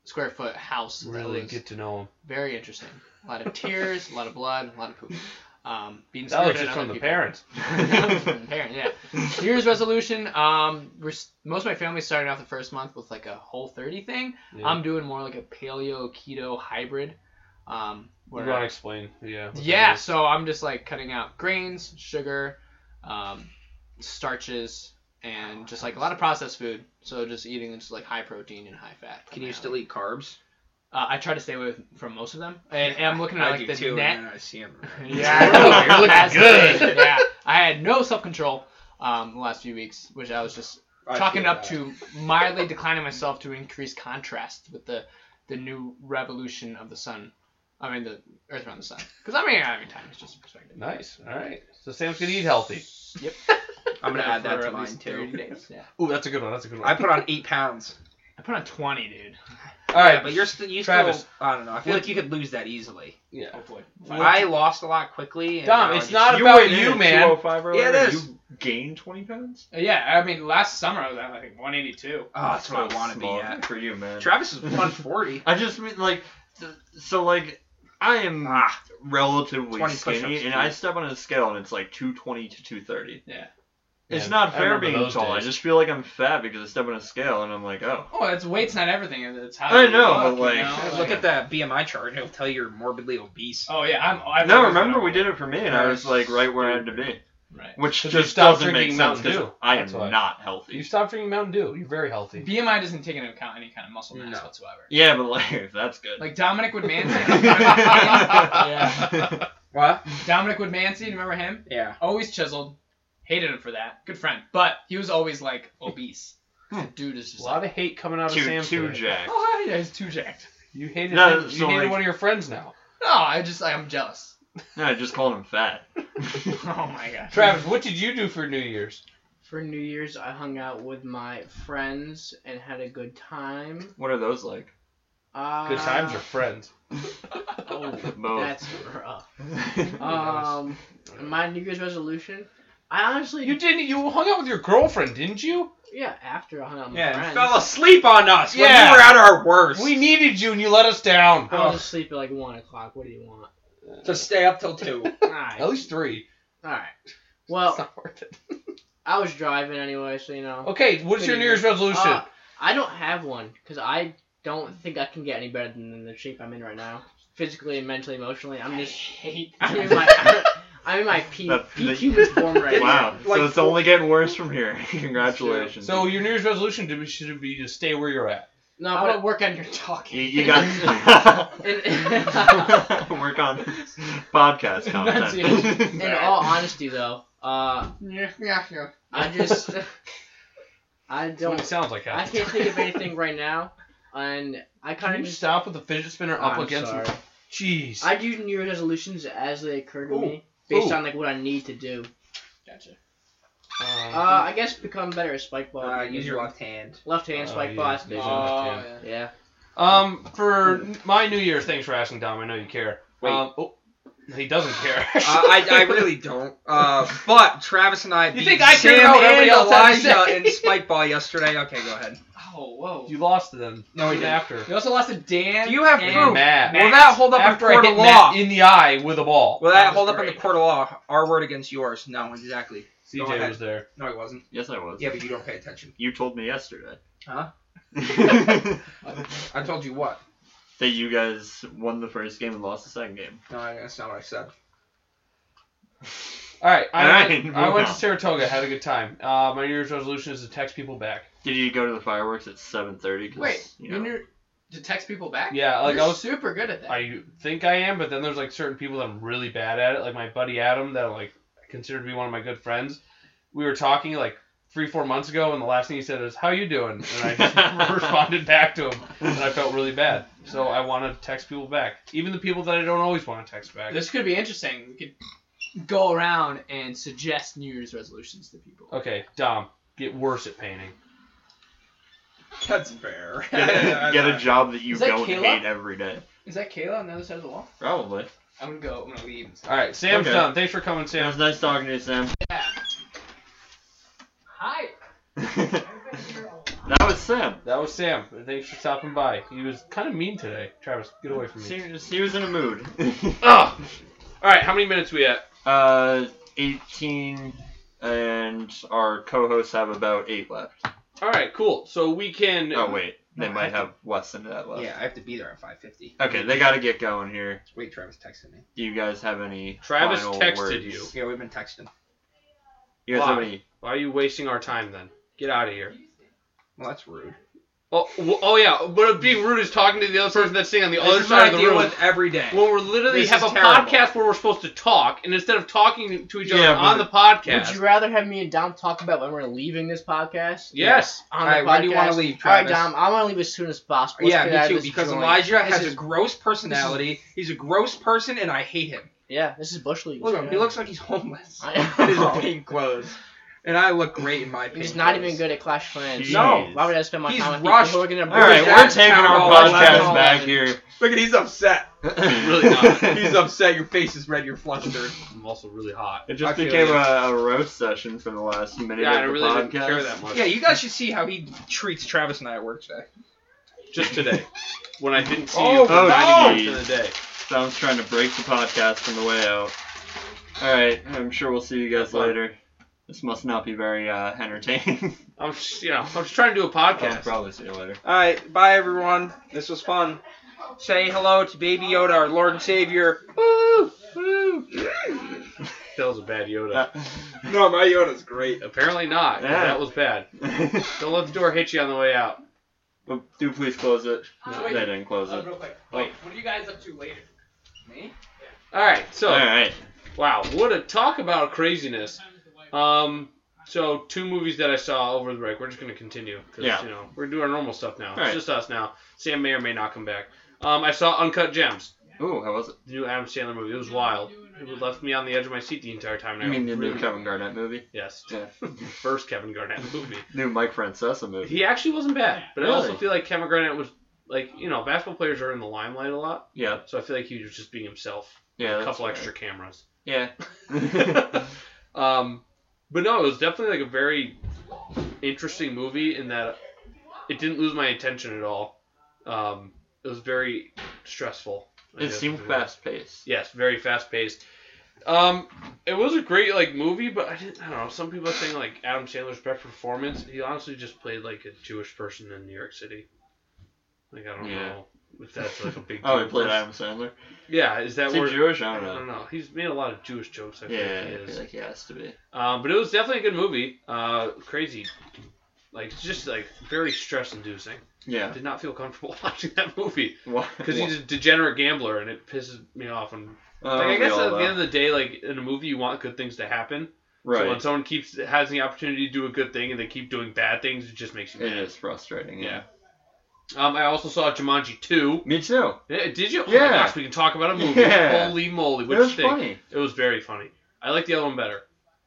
Speaker 3: square foot house. that
Speaker 1: Really
Speaker 3: was
Speaker 1: get to know him.
Speaker 3: very interesting. A lot of tears, a lot of blood, a lot of poop. Um, being
Speaker 1: That was
Speaker 3: spirited
Speaker 1: just
Speaker 3: on
Speaker 1: from the
Speaker 3: other people.
Speaker 1: parents.
Speaker 3: From the parent, yeah. New Year's resolution. Um, we're, s- most of my family started off the first month with like a whole 30 thing.
Speaker 1: Yeah.
Speaker 3: I'm doing more like a paleo keto hybrid. Um,
Speaker 1: You
Speaker 3: where
Speaker 1: want to explain? Yeah. what that
Speaker 3: yeah
Speaker 1: is.
Speaker 3: so i'm just like cutting out grains sugar um, starches and just like a lot of processed food so just eating just like high protein and high fat
Speaker 4: Can you still eat carbs?
Speaker 3: uh, i try to stay away from most of them and, and i'm looking at
Speaker 4: I
Speaker 3: like
Speaker 4: do
Speaker 3: the
Speaker 4: too,
Speaker 3: net
Speaker 4: and then I see them.
Speaker 3: yeah I know,
Speaker 1: You're looking
Speaker 3: that's the
Speaker 1: good.
Speaker 3: thing, yeah i had no self-control um, the last few weeks which i was just chalking up to mildly declining myself to increase contrast with the the new revolution of the sun i mean the earth around the sun because i mean i mean time is just perspective
Speaker 1: Nice. All right. So Sam's gonna eat healthy.
Speaker 3: Yep.
Speaker 4: I'm gonna add that
Speaker 3: For
Speaker 4: to
Speaker 3: at
Speaker 4: mine
Speaker 3: least
Speaker 4: too.
Speaker 3: 30 days, Yeah.
Speaker 1: Ooh, that's a good one. That's a good one.
Speaker 4: I put on eight pounds.
Speaker 3: I put on 20, dude.
Speaker 1: All right,
Speaker 4: Yeah, but you're still you
Speaker 1: Travis.
Speaker 4: still. I don't know. I feel
Speaker 1: What-
Speaker 4: like you could lose that easily.
Speaker 1: yeah.
Speaker 3: Hopefully.
Speaker 1: What-
Speaker 4: I lost a lot quickly. And
Speaker 1: Dom,
Speaker 4: now I
Speaker 1: it's
Speaker 4: just-
Speaker 1: not
Speaker 2: You
Speaker 1: about
Speaker 2: weighed in
Speaker 1: you,
Speaker 2: at
Speaker 1: man.
Speaker 2: 205 earlier
Speaker 4: Yeah, it
Speaker 2: and
Speaker 4: is.
Speaker 2: You gained 20 pounds?
Speaker 3: Uh, Yeah, I mean, last summer I was at, I think, 182.
Speaker 4: Oh, that's what I want to be
Speaker 2: Small
Speaker 4: at.
Speaker 2: for you, man.
Speaker 4: Travis is 140.
Speaker 2: I just mean like, th- so like, I am
Speaker 4: ah,
Speaker 2: relatively
Speaker 4: 20
Speaker 2: skinny,
Speaker 4: push-ups.
Speaker 2: and I step on a scale and it's like 220 to 230.
Speaker 3: Yeah.
Speaker 2: It's
Speaker 1: Yeah,
Speaker 2: not
Speaker 1: I
Speaker 2: fair
Speaker 1: remember
Speaker 2: being
Speaker 1: those
Speaker 2: tall. I
Speaker 1: days.
Speaker 2: just feel like I'm fat because I step on a scale and I'm like, oh.
Speaker 3: Oh, that's weight's not everything. It's how
Speaker 2: I
Speaker 3: you
Speaker 2: know,
Speaker 3: look,
Speaker 2: but,
Speaker 3: you
Speaker 2: like-
Speaker 3: know?
Speaker 4: look at that BMI chart, and it'll tell you you're morbidly obese.
Speaker 3: Oh, yeah, I'm. I've
Speaker 2: no,
Speaker 3: always been
Speaker 2: remember we
Speaker 3: overweight.
Speaker 2: did it for me, and I was like right where I had to be,
Speaker 3: Right.
Speaker 2: which
Speaker 1: 'Cause you
Speaker 2: just
Speaker 1: stopped
Speaker 2: doesn't make
Speaker 1: drinking
Speaker 2: sense
Speaker 1: Mountain
Speaker 2: because
Speaker 1: Dew.
Speaker 2: I am
Speaker 1: That's why.
Speaker 2: not
Speaker 1: You
Speaker 2: healthy.
Speaker 1: stopped drinking Mountain Dew. You're very healthy.
Speaker 3: BMI doesn't take into account any kind of muscle mass
Speaker 4: No.
Speaker 3: whatsoever.
Speaker 2: Yeah, but like that's good.
Speaker 3: Like Dominic Woodmansey.
Speaker 2: yeah.
Speaker 4: What?
Speaker 3: Dominic Woodmansey, remember him?
Speaker 4: Yeah.
Speaker 3: Always chiseled. Hated him for that. Good friend. But he was always, like, obese.
Speaker 1: Hmm.
Speaker 3: dude is
Speaker 1: A
Speaker 3: just
Speaker 1: lot
Speaker 3: like,
Speaker 1: of hate coming out of
Speaker 2: Two,
Speaker 1: Sam.
Speaker 2: two
Speaker 1: today.
Speaker 2: jack.
Speaker 3: oh yeah, he's too jacked.
Speaker 1: You hated
Speaker 2: No,
Speaker 1: him.
Speaker 2: so,
Speaker 1: you hated
Speaker 2: like-
Speaker 1: one of your friends now.
Speaker 3: No, Oh, I just like I'm jealous.
Speaker 2: No, I just called him fat.
Speaker 3: oh my god.
Speaker 1: Travis, what did you do for New Year's?
Speaker 5: For New Year's, I hung out with my friends and had a good time.
Speaker 2: What are those like?
Speaker 5: Uh,
Speaker 1: Good times or friends?
Speaker 5: Oh,
Speaker 2: Both.
Speaker 5: that's rough. Um, my New Year's resolution. I honestly,
Speaker 1: You didn't. You hung out with your girlfriend, didn't you?
Speaker 5: yeah. After I hung out with my
Speaker 4: Yeah,
Speaker 5: friends,
Speaker 4: you fell asleep on us when
Speaker 1: Yeah.
Speaker 4: we were at our worst.
Speaker 1: We needed you, and you let us down.
Speaker 5: I was asleep at like one o'clock. What do you want?
Speaker 4: to stay up till two.
Speaker 5: All right,
Speaker 1: At least three.
Speaker 5: all right.
Speaker 1: It's
Speaker 5: Well,
Speaker 1: not worth it.
Speaker 5: I was driving anyway, so you know.
Speaker 1: Okay, what is your New Year's resolution?
Speaker 5: Uh, I don't have one because I don't think I can get any better than the shape I'm in right now, physically and mentally, emotionally. I'm just
Speaker 3: hate
Speaker 5: I'm in my I'm in my P,
Speaker 2: The- the-
Speaker 5: PQ form right
Speaker 2: wow.
Speaker 4: Like-
Speaker 2: so it's only getting worse from here. Congratulations.
Speaker 1: so your New Year's resolution to be- should be to stay where you're at.
Speaker 5: now.
Speaker 3: I'm
Speaker 5: No,
Speaker 3: gonna work on your talking.
Speaker 2: you, you got
Speaker 5: but in,
Speaker 2: work on podcast
Speaker 5: in
Speaker 2: content.
Speaker 3: Sorry.
Speaker 5: all honesty though, uh,
Speaker 3: Yeah, yeah, yeah.
Speaker 5: I just I
Speaker 1: That's what
Speaker 5: don't
Speaker 1: it sounds like.
Speaker 5: I can't think of anything right now, and I kind
Speaker 1: Can
Speaker 5: of
Speaker 1: you
Speaker 5: just
Speaker 1: stop with the fidget spinner up
Speaker 5: I'm
Speaker 1: against?
Speaker 5: sorry.
Speaker 1: Jeez.
Speaker 5: I do New Year's resolutions as they occur to
Speaker 1: Ooh.
Speaker 5: me, based
Speaker 1: Ooh.
Speaker 5: on like what I need to do.
Speaker 3: Gotcha.
Speaker 1: Um,
Speaker 5: Uh, I guess become better at spike ball.
Speaker 4: Uh, use your left hand.
Speaker 5: left hand
Speaker 1: Oh,
Speaker 5: spike
Speaker 1: yeah,
Speaker 5: ball. that's
Speaker 1: yeah. Oh,
Speaker 5: big. Yeah.
Speaker 1: Um, for my New Year's, thanks for asking, Dom. I know you care.
Speaker 4: Wait.
Speaker 1: Um, oh, he doesn't care.
Speaker 4: Uh, I, I really don't. Uh, but Travis and I
Speaker 1: You
Speaker 4: beat
Speaker 1: think I care
Speaker 4: Sam
Speaker 1: about what
Speaker 4: and
Speaker 1: everybody else has to
Speaker 4: Elijah
Speaker 1: say?
Speaker 4: in spike ball yesterday. Okay, go ahead.
Speaker 3: Oh whoa.
Speaker 1: you lost to them.
Speaker 4: No, he
Speaker 1: Soon
Speaker 4: didn't.
Speaker 1: After.
Speaker 3: You also lost to Dan.
Speaker 4: Do you have
Speaker 3: and-
Speaker 1: And
Speaker 4: proof?
Speaker 1: Matt.
Speaker 4: Will that hold up
Speaker 1: After
Speaker 4: in
Speaker 1: I
Speaker 4: court
Speaker 1: hit
Speaker 4: of law?
Speaker 1: Matt in the eye with a ball.
Speaker 4: Will that
Speaker 3: That was
Speaker 4: hold up in the
Speaker 3: great.
Speaker 4: court of law? Our word against yours? No, exactly. Go
Speaker 1: CJ
Speaker 4: ahead.
Speaker 1: was there.
Speaker 4: No, it wasn't.
Speaker 2: yes, I was.
Speaker 4: Yeah, but you don't pay attention.
Speaker 2: You told me yesterday.
Speaker 4: Huh?
Speaker 2: that
Speaker 4: I told you what.
Speaker 2: you guys won the first game and lost the second game.
Speaker 4: No, I- that's not what I said.
Speaker 1: All right. I,
Speaker 2: All right,
Speaker 1: went,
Speaker 2: move
Speaker 1: I went to
Speaker 2: on.
Speaker 1: Saratoga. Had a good time. Uh, my New Year's resolution is to text people back.
Speaker 2: Did you go to the fireworks at 7:30? 'Cause,
Speaker 3: Wait,
Speaker 2: you
Speaker 3: you
Speaker 2: know,
Speaker 3: knew to text people back?
Speaker 1: Yeah, like
Speaker 3: You're
Speaker 1: I was.
Speaker 3: super good at that.
Speaker 1: I think I am, but then there's like certain people that I'm really bad at it. Like my buddy Adam, that I like considered to be one of my good friends. We were talking like three, four months ago, and the last thing he said was, "How you doing?" And I just responded back to him, and I felt really bad. So I want to text people back, even the people that I don't always want to text back.
Speaker 3: This could be interesting. We could go around and suggest New Year's resolutions to people.
Speaker 1: Okay, Dom, get worse at painting.
Speaker 4: That's fair.
Speaker 2: get, a, get a job that you
Speaker 3: Is that
Speaker 2: don't
Speaker 3: Kayla?
Speaker 2: hate every day.
Speaker 3: Is that Kayla on the other side of the wall?
Speaker 2: Probably.
Speaker 3: I'm gonna go. I'm gonna leave.
Speaker 1: All right, Sam's
Speaker 2: Okay.
Speaker 1: done. Thanks for coming,
Speaker 2: It
Speaker 1: Sam.
Speaker 2: was nice talking to you, Sam.
Speaker 3: Yeah. Hi.
Speaker 2: that was Sam.
Speaker 1: That was Sam. Thanks for stopping by. He was kind of mean today. Travis, get away from me.
Speaker 2: He was- he was in a mood.
Speaker 1: Ugh. All right, how many minutes we at?
Speaker 2: uh, 18, and our co-hosts have about eight left.
Speaker 1: All right, cool. So we can.
Speaker 2: Oh wait, they
Speaker 4: No, I
Speaker 2: might
Speaker 4: have
Speaker 2: have less than that left.
Speaker 4: Yeah, I have to be there at 5:50.
Speaker 2: Okay, they got to get going here.
Speaker 4: Wait, Travis texted me.
Speaker 2: Do you guys have any?
Speaker 1: Travis
Speaker 2: final
Speaker 1: texted
Speaker 2: words?
Speaker 1: you.
Speaker 4: Yeah, we've been texting.
Speaker 2: You guys have
Speaker 1: Why?
Speaker 2: any?
Speaker 1: Why are you wasting our time then? Get out of here.
Speaker 4: Well, that's rude.
Speaker 1: Oh, w- oh yeah, but being rude is talking to the other person that's sitting on the
Speaker 4: This
Speaker 1: other
Speaker 4: is what
Speaker 1: side
Speaker 4: I
Speaker 1: of the
Speaker 4: deal
Speaker 1: room.
Speaker 4: with every day.
Speaker 1: when we're literally
Speaker 4: This
Speaker 1: have a
Speaker 4: is terrible.
Speaker 1: podcast where we're supposed to talk, and instead of talking to each other
Speaker 2: Yeah, but
Speaker 1: on the podcast,
Speaker 5: Would you rather have me and Dom talk about when we're leaving this podcast?
Speaker 1: yes,
Speaker 5: On
Speaker 4: All right,
Speaker 5: the podcast.
Speaker 4: why do you wanna leave, Travis?
Speaker 5: All right, Dom. I want to leave as soon as possible. Let's get
Speaker 4: yeah,
Speaker 5: out
Speaker 4: me
Speaker 5: of
Speaker 4: too.
Speaker 5: this
Speaker 4: Because
Speaker 5: joint.
Speaker 4: Elijah
Speaker 5: This
Speaker 4: has
Speaker 5: is-
Speaker 4: a gross personality. He's a gross person, and I hate him.
Speaker 5: Yeah, this is bush league.
Speaker 4: Look at him. He looks like he's homeless. in his
Speaker 5: I-
Speaker 4: pink clothes. And I look great in my pink.
Speaker 5: He's not
Speaker 4: clothes.
Speaker 5: even good at Clash Clans.
Speaker 2: No.
Speaker 5: Why would I spend my
Speaker 4: He's
Speaker 5: time with
Speaker 4: rushed.
Speaker 5: people who are gonna
Speaker 4: All
Speaker 2: All right,
Speaker 5: bring us
Speaker 2: we're
Speaker 5: back?
Speaker 2: taking
Speaker 4: Town
Speaker 2: our
Speaker 4: Hall
Speaker 2: podcast
Speaker 5: eleven.
Speaker 2: back here.
Speaker 4: Look at he's upset.
Speaker 1: Really not.
Speaker 4: He's upset. Your face is red. You're flustered.
Speaker 1: I'm also really hot.
Speaker 2: It
Speaker 4: I
Speaker 2: just
Speaker 4: feel
Speaker 2: became
Speaker 4: you.
Speaker 2: a, a roast session for the last minute
Speaker 1: Yeah,
Speaker 2: of
Speaker 1: I
Speaker 2: the
Speaker 1: really didn't
Speaker 2: podcast.
Speaker 1: care that much.
Speaker 4: Yeah, you guys should see how he treats Travis and I at work today.
Speaker 1: Just today, when I didn't see
Speaker 4: Oh,
Speaker 1: you for
Speaker 2: oh,
Speaker 1: the rest of the day.
Speaker 2: Dom's trying to break the podcast on the way out. All right, I'm sure we'll see you guys
Speaker 1: Bye.
Speaker 2: later. This must not be very uh, entertaining.
Speaker 1: I'm just, you know, I'm just trying to do a
Speaker 2: I'll
Speaker 4: Oh,
Speaker 1: podcast.
Speaker 2: probably see you later.
Speaker 4: All right, bye everyone. This was fun. Say hello to Baby Yoda, our Lord and Savior. Woo! Woo!
Speaker 1: that was a bad Yoda.
Speaker 2: Uh,
Speaker 4: No, my Yoda's great.
Speaker 1: Apparently not. 'cause
Speaker 2: Yeah.
Speaker 1: That was bad. Don't let the door hit you on the way out.
Speaker 2: Well, Do please close it.
Speaker 1: Oh,
Speaker 3: Uh,
Speaker 2: they
Speaker 3: wait.
Speaker 2: didn't close
Speaker 3: Uh,
Speaker 2: it.
Speaker 3: real quick. Wait, what are you guys up to later? Me?
Speaker 1: All right, so
Speaker 2: All right.
Speaker 1: Wow, what a talk about craziness. Um, So two movies that I saw over the break. We're just gonna continue because
Speaker 2: Yeah.
Speaker 1: you know we're doing our normal stuff now.
Speaker 2: Alright.
Speaker 1: It's just us now. Sam may or may not come back. Um, I saw Uncut Gems,
Speaker 2: Ooh, how was it?
Speaker 1: the new Adam Sandler movie. It was wild. It left me on the edge of my seat the entire time. and
Speaker 2: You
Speaker 1: I
Speaker 2: mean the new
Speaker 1: really-
Speaker 2: Kevin Garnett movie?
Speaker 1: Yes,
Speaker 2: Yeah.
Speaker 1: first Kevin Garnett movie.
Speaker 2: New Mike Francesa movie.
Speaker 1: He actually wasn't bad, but I also
Speaker 2: Really?
Speaker 1: feel like Kevin Garnett was like you know basketball players are in the limelight a lot,
Speaker 2: Yeah,
Speaker 1: so I feel like he was just being himself. a
Speaker 2: yeah. that's
Speaker 1: couple
Speaker 2: fair.
Speaker 1: extra cameras.
Speaker 2: Yeah.
Speaker 1: um, but no, it was definitely like a very interesting movie in that it didn't lose my attention at all. Um, it was very stressful. I
Speaker 2: it
Speaker 1: guess
Speaker 2: seemed
Speaker 1: is the word.
Speaker 2: fast paced.
Speaker 1: Yes, very fast paced. Um, it was a great like movie, but I didn't. I don't know. Some people are saying like Adam Sandler's best performance. He honestly just played like a Jewish person in New York City. Like I don't
Speaker 2: Yeah.
Speaker 1: know if that's like a big.
Speaker 2: Oh,
Speaker 1: deal.
Speaker 2: he played Adam Sandler.
Speaker 1: Yeah, is that
Speaker 2: Is he
Speaker 1: where
Speaker 2: Jewish? I
Speaker 1: I
Speaker 2: don't know.
Speaker 1: don't know. He's made a lot of Jewish jokes. I feel
Speaker 2: Yeah,
Speaker 1: like he
Speaker 2: I
Speaker 1: is.
Speaker 2: feel like he has to be.
Speaker 1: Um, but it was definitely a good movie. Uh, crazy, like it's just like very stress inducing. I
Speaker 2: Yeah.
Speaker 1: did not feel comfortable watching that movie because
Speaker 2: Because
Speaker 1: he's a degenerate gambler, and it pisses me off. And
Speaker 2: Oh,
Speaker 1: like, I guess at the end of the day, like in a movie, you want good things to happen.
Speaker 2: right.
Speaker 1: So when someone keeps has the opportunity to do a good thing and they keep doing bad things, it just makes you
Speaker 2: It
Speaker 1: mad.
Speaker 2: is frustrating. Yeah.
Speaker 1: Um, I also saw Jumanji two.
Speaker 2: Me too.
Speaker 1: Yeah, Did you? Oh my
Speaker 2: Yeah.
Speaker 1: gosh, we can talk about a movie.
Speaker 2: Yeah.
Speaker 1: Holy moly!
Speaker 2: it
Speaker 1: What
Speaker 2: was
Speaker 1: you think?
Speaker 2: funny.
Speaker 1: It was very funny. I like the other one better.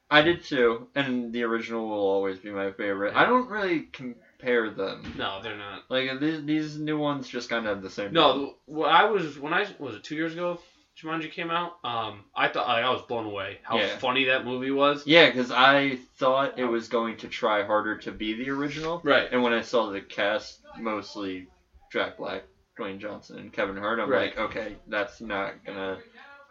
Speaker 2: I did too, and the original will always be my favorite. I don't really compare them.
Speaker 1: No, they're not.
Speaker 2: Like these, these new ones just kind of have the same.
Speaker 1: No, what I was when I was it two years ago, Jumanji came out. Um, I thought like, I was blown away how
Speaker 2: Yeah.
Speaker 1: funny that movie was.
Speaker 2: Yeah, because I thought it was going to try harder to be the original,
Speaker 1: Right.
Speaker 2: and when I saw the cast, mostly Jack Black, Dwayne Johnson, and Kevin Hart, I'm
Speaker 1: Right.
Speaker 2: like, okay, that's not gonna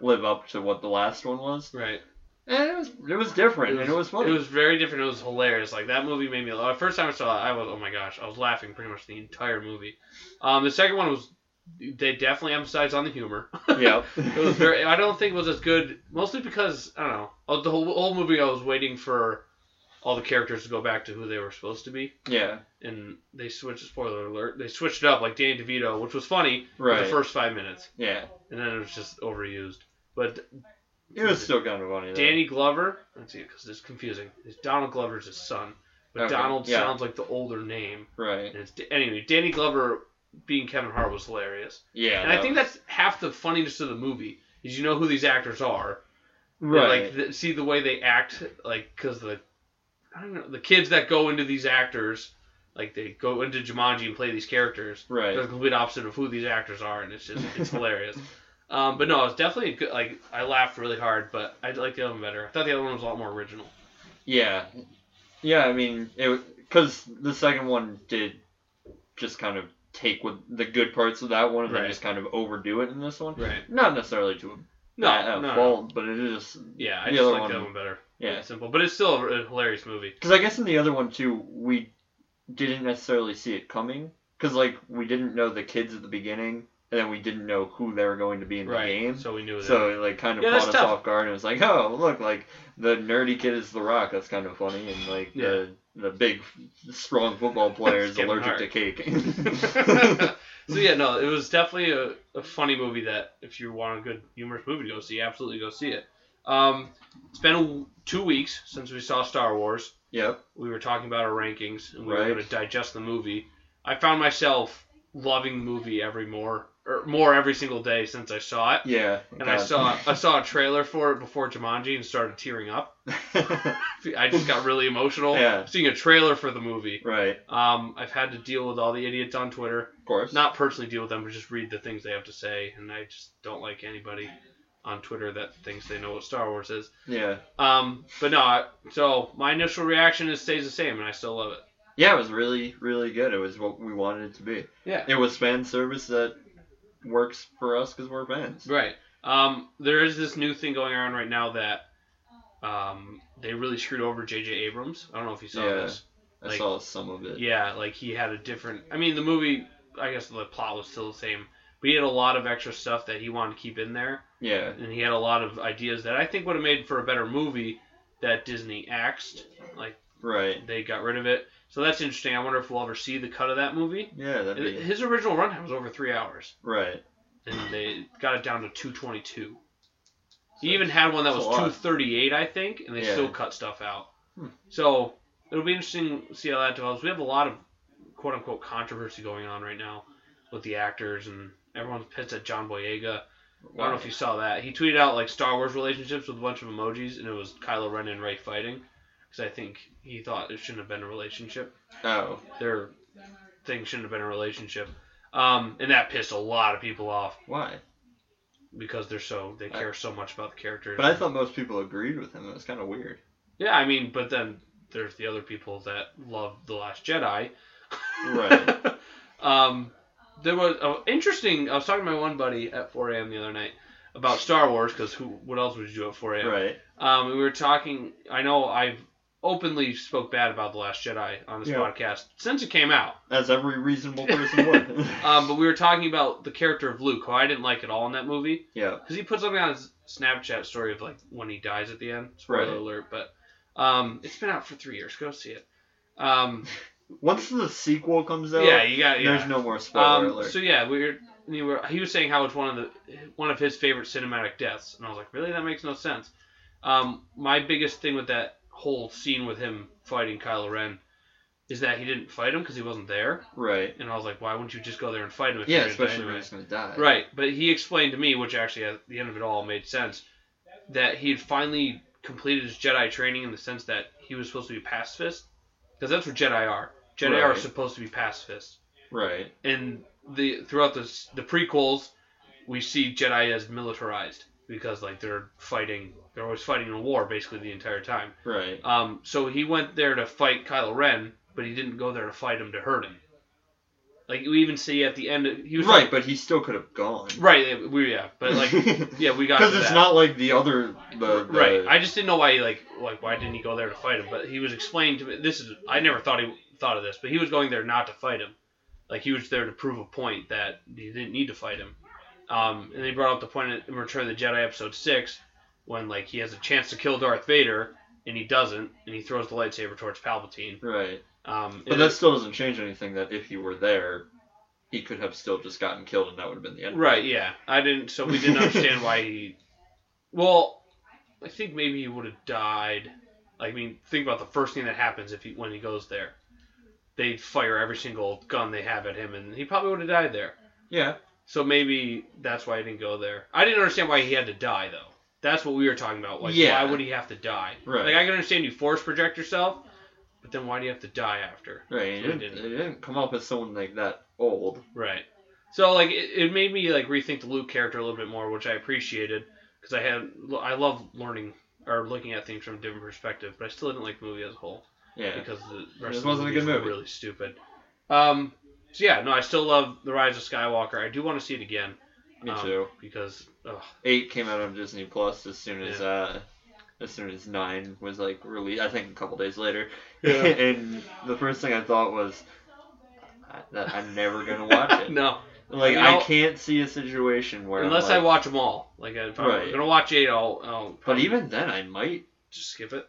Speaker 2: live up to what the last one was.
Speaker 1: Right.
Speaker 2: And it was, it was different, and it was funny.
Speaker 1: It was very different. It was hilarious. Like that movie made me. laugh. First time I saw it, I was oh my gosh, I was laughing pretty much the entire movie. Um, the second one was they definitely emphasized on the humor.
Speaker 2: yeah,
Speaker 1: It was very. I don't think it was as good, mostly because I don't know. Of The whole, whole movie, I was waiting for all the characters to go back to who they were supposed to be,
Speaker 2: yeah,
Speaker 1: and they switched. Spoiler alert! They switched it up like Danny DeVito, which was funny. for
Speaker 2: right,
Speaker 1: the first five minutes,
Speaker 2: yeah.
Speaker 1: and then it was just overused. But
Speaker 2: It was still kind of funny. Though.
Speaker 1: Danny Glover, let's see, because it's confusing. It's Donald Glover's his son, but
Speaker 2: Okay,
Speaker 1: Donald
Speaker 2: yeah.
Speaker 1: sounds like the older name.
Speaker 2: right?
Speaker 1: And it's, anyway, Danny Glover being Kevin Hart was hilarious,
Speaker 2: Yeah,
Speaker 1: and I think that's half the funniness of the movie is you know who these actors are, and,
Speaker 2: right.
Speaker 1: Like th- see the way they act, like because the I don't know the kids that go into these actors, like they go into Jumanji and play these characters.
Speaker 2: Right.
Speaker 1: They're the complete opposite of who these actors are, and it's just it's hilarious. Um, but no, it's definitely a good. Like I laughed really hard, but I like the other one better. I thought the other one was a lot more original.
Speaker 2: Yeah, yeah. I mean, it because the second one did just kind of take with the good parts of that one and
Speaker 1: Right.
Speaker 2: then just kind of overdo it in this one.
Speaker 1: Right.
Speaker 2: Not necessarily to a
Speaker 1: No,
Speaker 2: at
Speaker 1: no, no.
Speaker 2: fault, but it is just
Speaker 1: Yeah, I
Speaker 2: The
Speaker 1: just
Speaker 2: other
Speaker 1: like
Speaker 2: one-
Speaker 1: the other one better.
Speaker 2: yeah.
Speaker 1: It's simple, but it's still a hilarious movie.
Speaker 2: Because I guess in the other one too, we didn't necessarily see it coming. Because like we didn't know the kids at the beginning, and then we didn't know who they were going to be in the game.
Speaker 1: So we knew that.
Speaker 2: So it like kind of
Speaker 1: Yeah, that's
Speaker 2: caught us
Speaker 1: tough.
Speaker 2: off guard. And it was like, oh look, like the nerdy kid is the Rock. That's kind of funny. And like the the big strong football player is
Speaker 1: Kevin
Speaker 2: allergic
Speaker 1: Hart.
Speaker 2: to cake.
Speaker 1: so yeah, no, it was definitely a, a funny movie that if you want a good humorous movie to go see, absolutely go see it. Um, it's been w- two weeks since we saw Star Wars.
Speaker 2: yep.
Speaker 1: we were talking about our rankings and we
Speaker 2: Right.
Speaker 1: were going to digest the movie. I found myself loving the movie every more or more every single day since I saw it.
Speaker 2: Yeah.
Speaker 1: And I saw I saw a trailer for it before Jumanji and started tearing up. I just got really emotional
Speaker 2: Yeah.
Speaker 1: seeing a trailer for the movie.
Speaker 2: right.
Speaker 1: Um, I've had to deal with all the idiots on Twitter.
Speaker 2: Of course.
Speaker 1: Not personally deal with them, but just read the things they have to say. And I just don't like anybody on Twitter that thinks they know what Star Wars is.
Speaker 2: Yeah.
Speaker 1: Um, but no, I, so my initial reaction is stays the same, and I still love it.
Speaker 2: Yeah. It was really really good. It was what we wanted it to be.
Speaker 1: Yeah.
Speaker 2: It was fan service that works for us because we're fans.
Speaker 1: Right. Um, there is this new thing going on right now that um, they really screwed over J.J. Abrams. I don't know if you saw
Speaker 2: Yeah.
Speaker 1: this.
Speaker 2: I
Speaker 1: Like-
Speaker 2: saw some of it.
Speaker 1: Yeah, like he had a different. I mean, the movie. I guess the plot was still the same, but he had a lot of extra stuff that he wanted to keep in there,
Speaker 2: Yeah.
Speaker 1: and he had a lot of ideas that I think would have made for a better movie that Disney axed. Like
Speaker 2: Right.
Speaker 1: they got rid of it, so that's interesting. I wonder if we'll ever see the cut of that movie.
Speaker 2: Yeah. That'd be
Speaker 1: His original runtime was over three hours.
Speaker 2: right.
Speaker 1: and they got it down to 222. He even had one that
Speaker 2: That's
Speaker 1: was
Speaker 2: a lot.
Speaker 1: 238, I think, and they
Speaker 2: Yeah.
Speaker 1: still cut stuff out.
Speaker 2: Hmm.
Speaker 1: So it'll be interesting to see how that develops. We have a lot of quote unquote controversy going on right now with the actors and everyone's pissed at John Boyega. I don't know if you saw that. He tweeted out like Star Wars relationships with a bunch of emojis, and it was Kylo Ren and Rey fighting, because I think he thought it shouldn't have been a relationship.
Speaker 2: Oh,
Speaker 1: Their thing shouldn't have been a relationship, um, and that pissed a lot of people off
Speaker 2: why?
Speaker 1: because they're so they care so much about the characters.
Speaker 2: But I thought most people agreed with him. It was kind of weird.
Speaker 1: yeah, I mean, but then there's the other people that love the Last Jedi.
Speaker 2: Right.
Speaker 1: um, there was oh, interesting. I was talking to my one buddy at 4 a.m. the other night about Star Wars because who? What else would you do at 4 a.m.?
Speaker 2: Right.
Speaker 1: Um, we were talking. I know I've openly spoke bad about the Last Jedi on this
Speaker 2: Yeah.
Speaker 1: podcast since it came out.
Speaker 2: As every reasonable person would.
Speaker 1: Um, but we were talking about the character of Luke, who I didn't like at all in that movie,
Speaker 2: yeah.
Speaker 1: because he put something on his Snapchat story of like when he dies at the end. Spoiler
Speaker 2: Right.
Speaker 1: alert! But um, it's been out for three years. Go see it. Um,
Speaker 2: Once the sequel comes out,
Speaker 1: yeah, you got. Yeah.
Speaker 2: there's no more spoiler
Speaker 1: um,
Speaker 2: alert.
Speaker 1: so yeah, we were, we were. He was saying how it's one of the one of his favorite cinematic deaths, and I was like, really, that makes no sense. Um, my biggest thing with that whole scene with him fighting Kylo Ren is that he didn't fight him because he wasn't there,
Speaker 2: right.
Speaker 1: and I was like, why wouldn't you just go there and fight him? If
Speaker 2: Yeah,
Speaker 1: you're gonna die
Speaker 2: especially when
Speaker 1: anyway?
Speaker 2: he's gonna die.
Speaker 1: Right, but he explained to me, which actually at the end of it all made sense, that he had finally completed his Jedi training in the sense that he was supposed to be pacifist, because that's what Jedi are. Jedi are
Speaker 2: Right.
Speaker 1: supposed to be pacifists
Speaker 2: Right.
Speaker 1: and the throughout the s- the prequels, we see Jedi as militarized because like they're fighting, they're always fighting in a war basically the entire time.
Speaker 2: Right.
Speaker 1: Um, so he went there to fight Kylo Ren, but he didn't go there to fight him to hurt him. Like we even see at the end, he was
Speaker 2: Right, but he still could have gone.
Speaker 1: right, yeah, we yeah, but like yeah, we got
Speaker 2: Because
Speaker 1: to
Speaker 2: it's
Speaker 1: that.
Speaker 2: not like the other the, the
Speaker 1: right. I just didn't know why he like like why didn't he go there to fight him? But he was explained to me. This is I never thought he thought of this, but he was going there not to fight him. Like he was there to prove a point that he didn't need to fight him. Um, and they brought up the point in Return of the Jedi episode six when like he has a chance to kill Darth Vader and he doesn't, and he throws the lightsaber towards Palpatine.
Speaker 2: Right.
Speaker 1: Um,
Speaker 2: But
Speaker 1: and-
Speaker 2: that still doesn't change anything that if he were there, he could have still just gotten killed and that would have been the end.
Speaker 1: Right, yeah. I didn't so we didn't understand why he Well, I think maybe he would have died. Like, I mean, think about the first thing that happens if he when he goes there. They fire every single gun they have at him and he probably would have died there.
Speaker 2: Yeah.
Speaker 1: So maybe that's why he didn't go there. I didn't understand why he had to die though. That's what we were talking about. Like
Speaker 2: Yeah.
Speaker 1: why would he have to die?
Speaker 2: Right.
Speaker 1: Like I can understand you force project yourself, but then why do you have to die after?
Speaker 2: Right.
Speaker 1: So
Speaker 2: It
Speaker 1: he
Speaker 2: didn't,
Speaker 1: didn't.
Speaker 2: it didn't come up as someone like that old.
Speaker 1: Right. So like it, it made me like rethink the Luke character a little bit more, which I appreciated because I had I love learning or looking at things from a different perspective, but I still didn't like the movie as a whole
Speaker 2: Yeah.
Speaker 1: because the rest
Speaker 2: This
Speaker 1: of the
Speaker 2: wasn't a
Speaker 1: movies
Speaker 2: good
Speaker 1: were
Speaker 2: movie.
Speaker 1: really stupid. Um. So yeah, no, I still love the Rise of Skywalker. I do want to see it again
Speaker 2: Me
Speaker 1: um,
Speaker 2: too.
Speaker 1: because ugh,
Speaker 2: Eight came out on Disney Plus as soon as uh as soon as nine was like released, I think a couple days later.
Speaker 1: Yeah.
Speaker 2: and the first thing I thought was "I- that I'm never gonna watch it.
Speaker 1: no,
Speaker 2: Like
Speaker 1: You know-
Speaker 2: I can't see a situation where I'm
Speaker 1: unless I
Speaker 2: like-
Speaker 1: watch them all. Like if I'm
Speaker 2: Right.
Speaker 1: gonna watch eight, I'll, I'll
Speaker 2: But
Speaker 1: probably
Speaker 2: even then, I might.
Speaker 1: just skip it.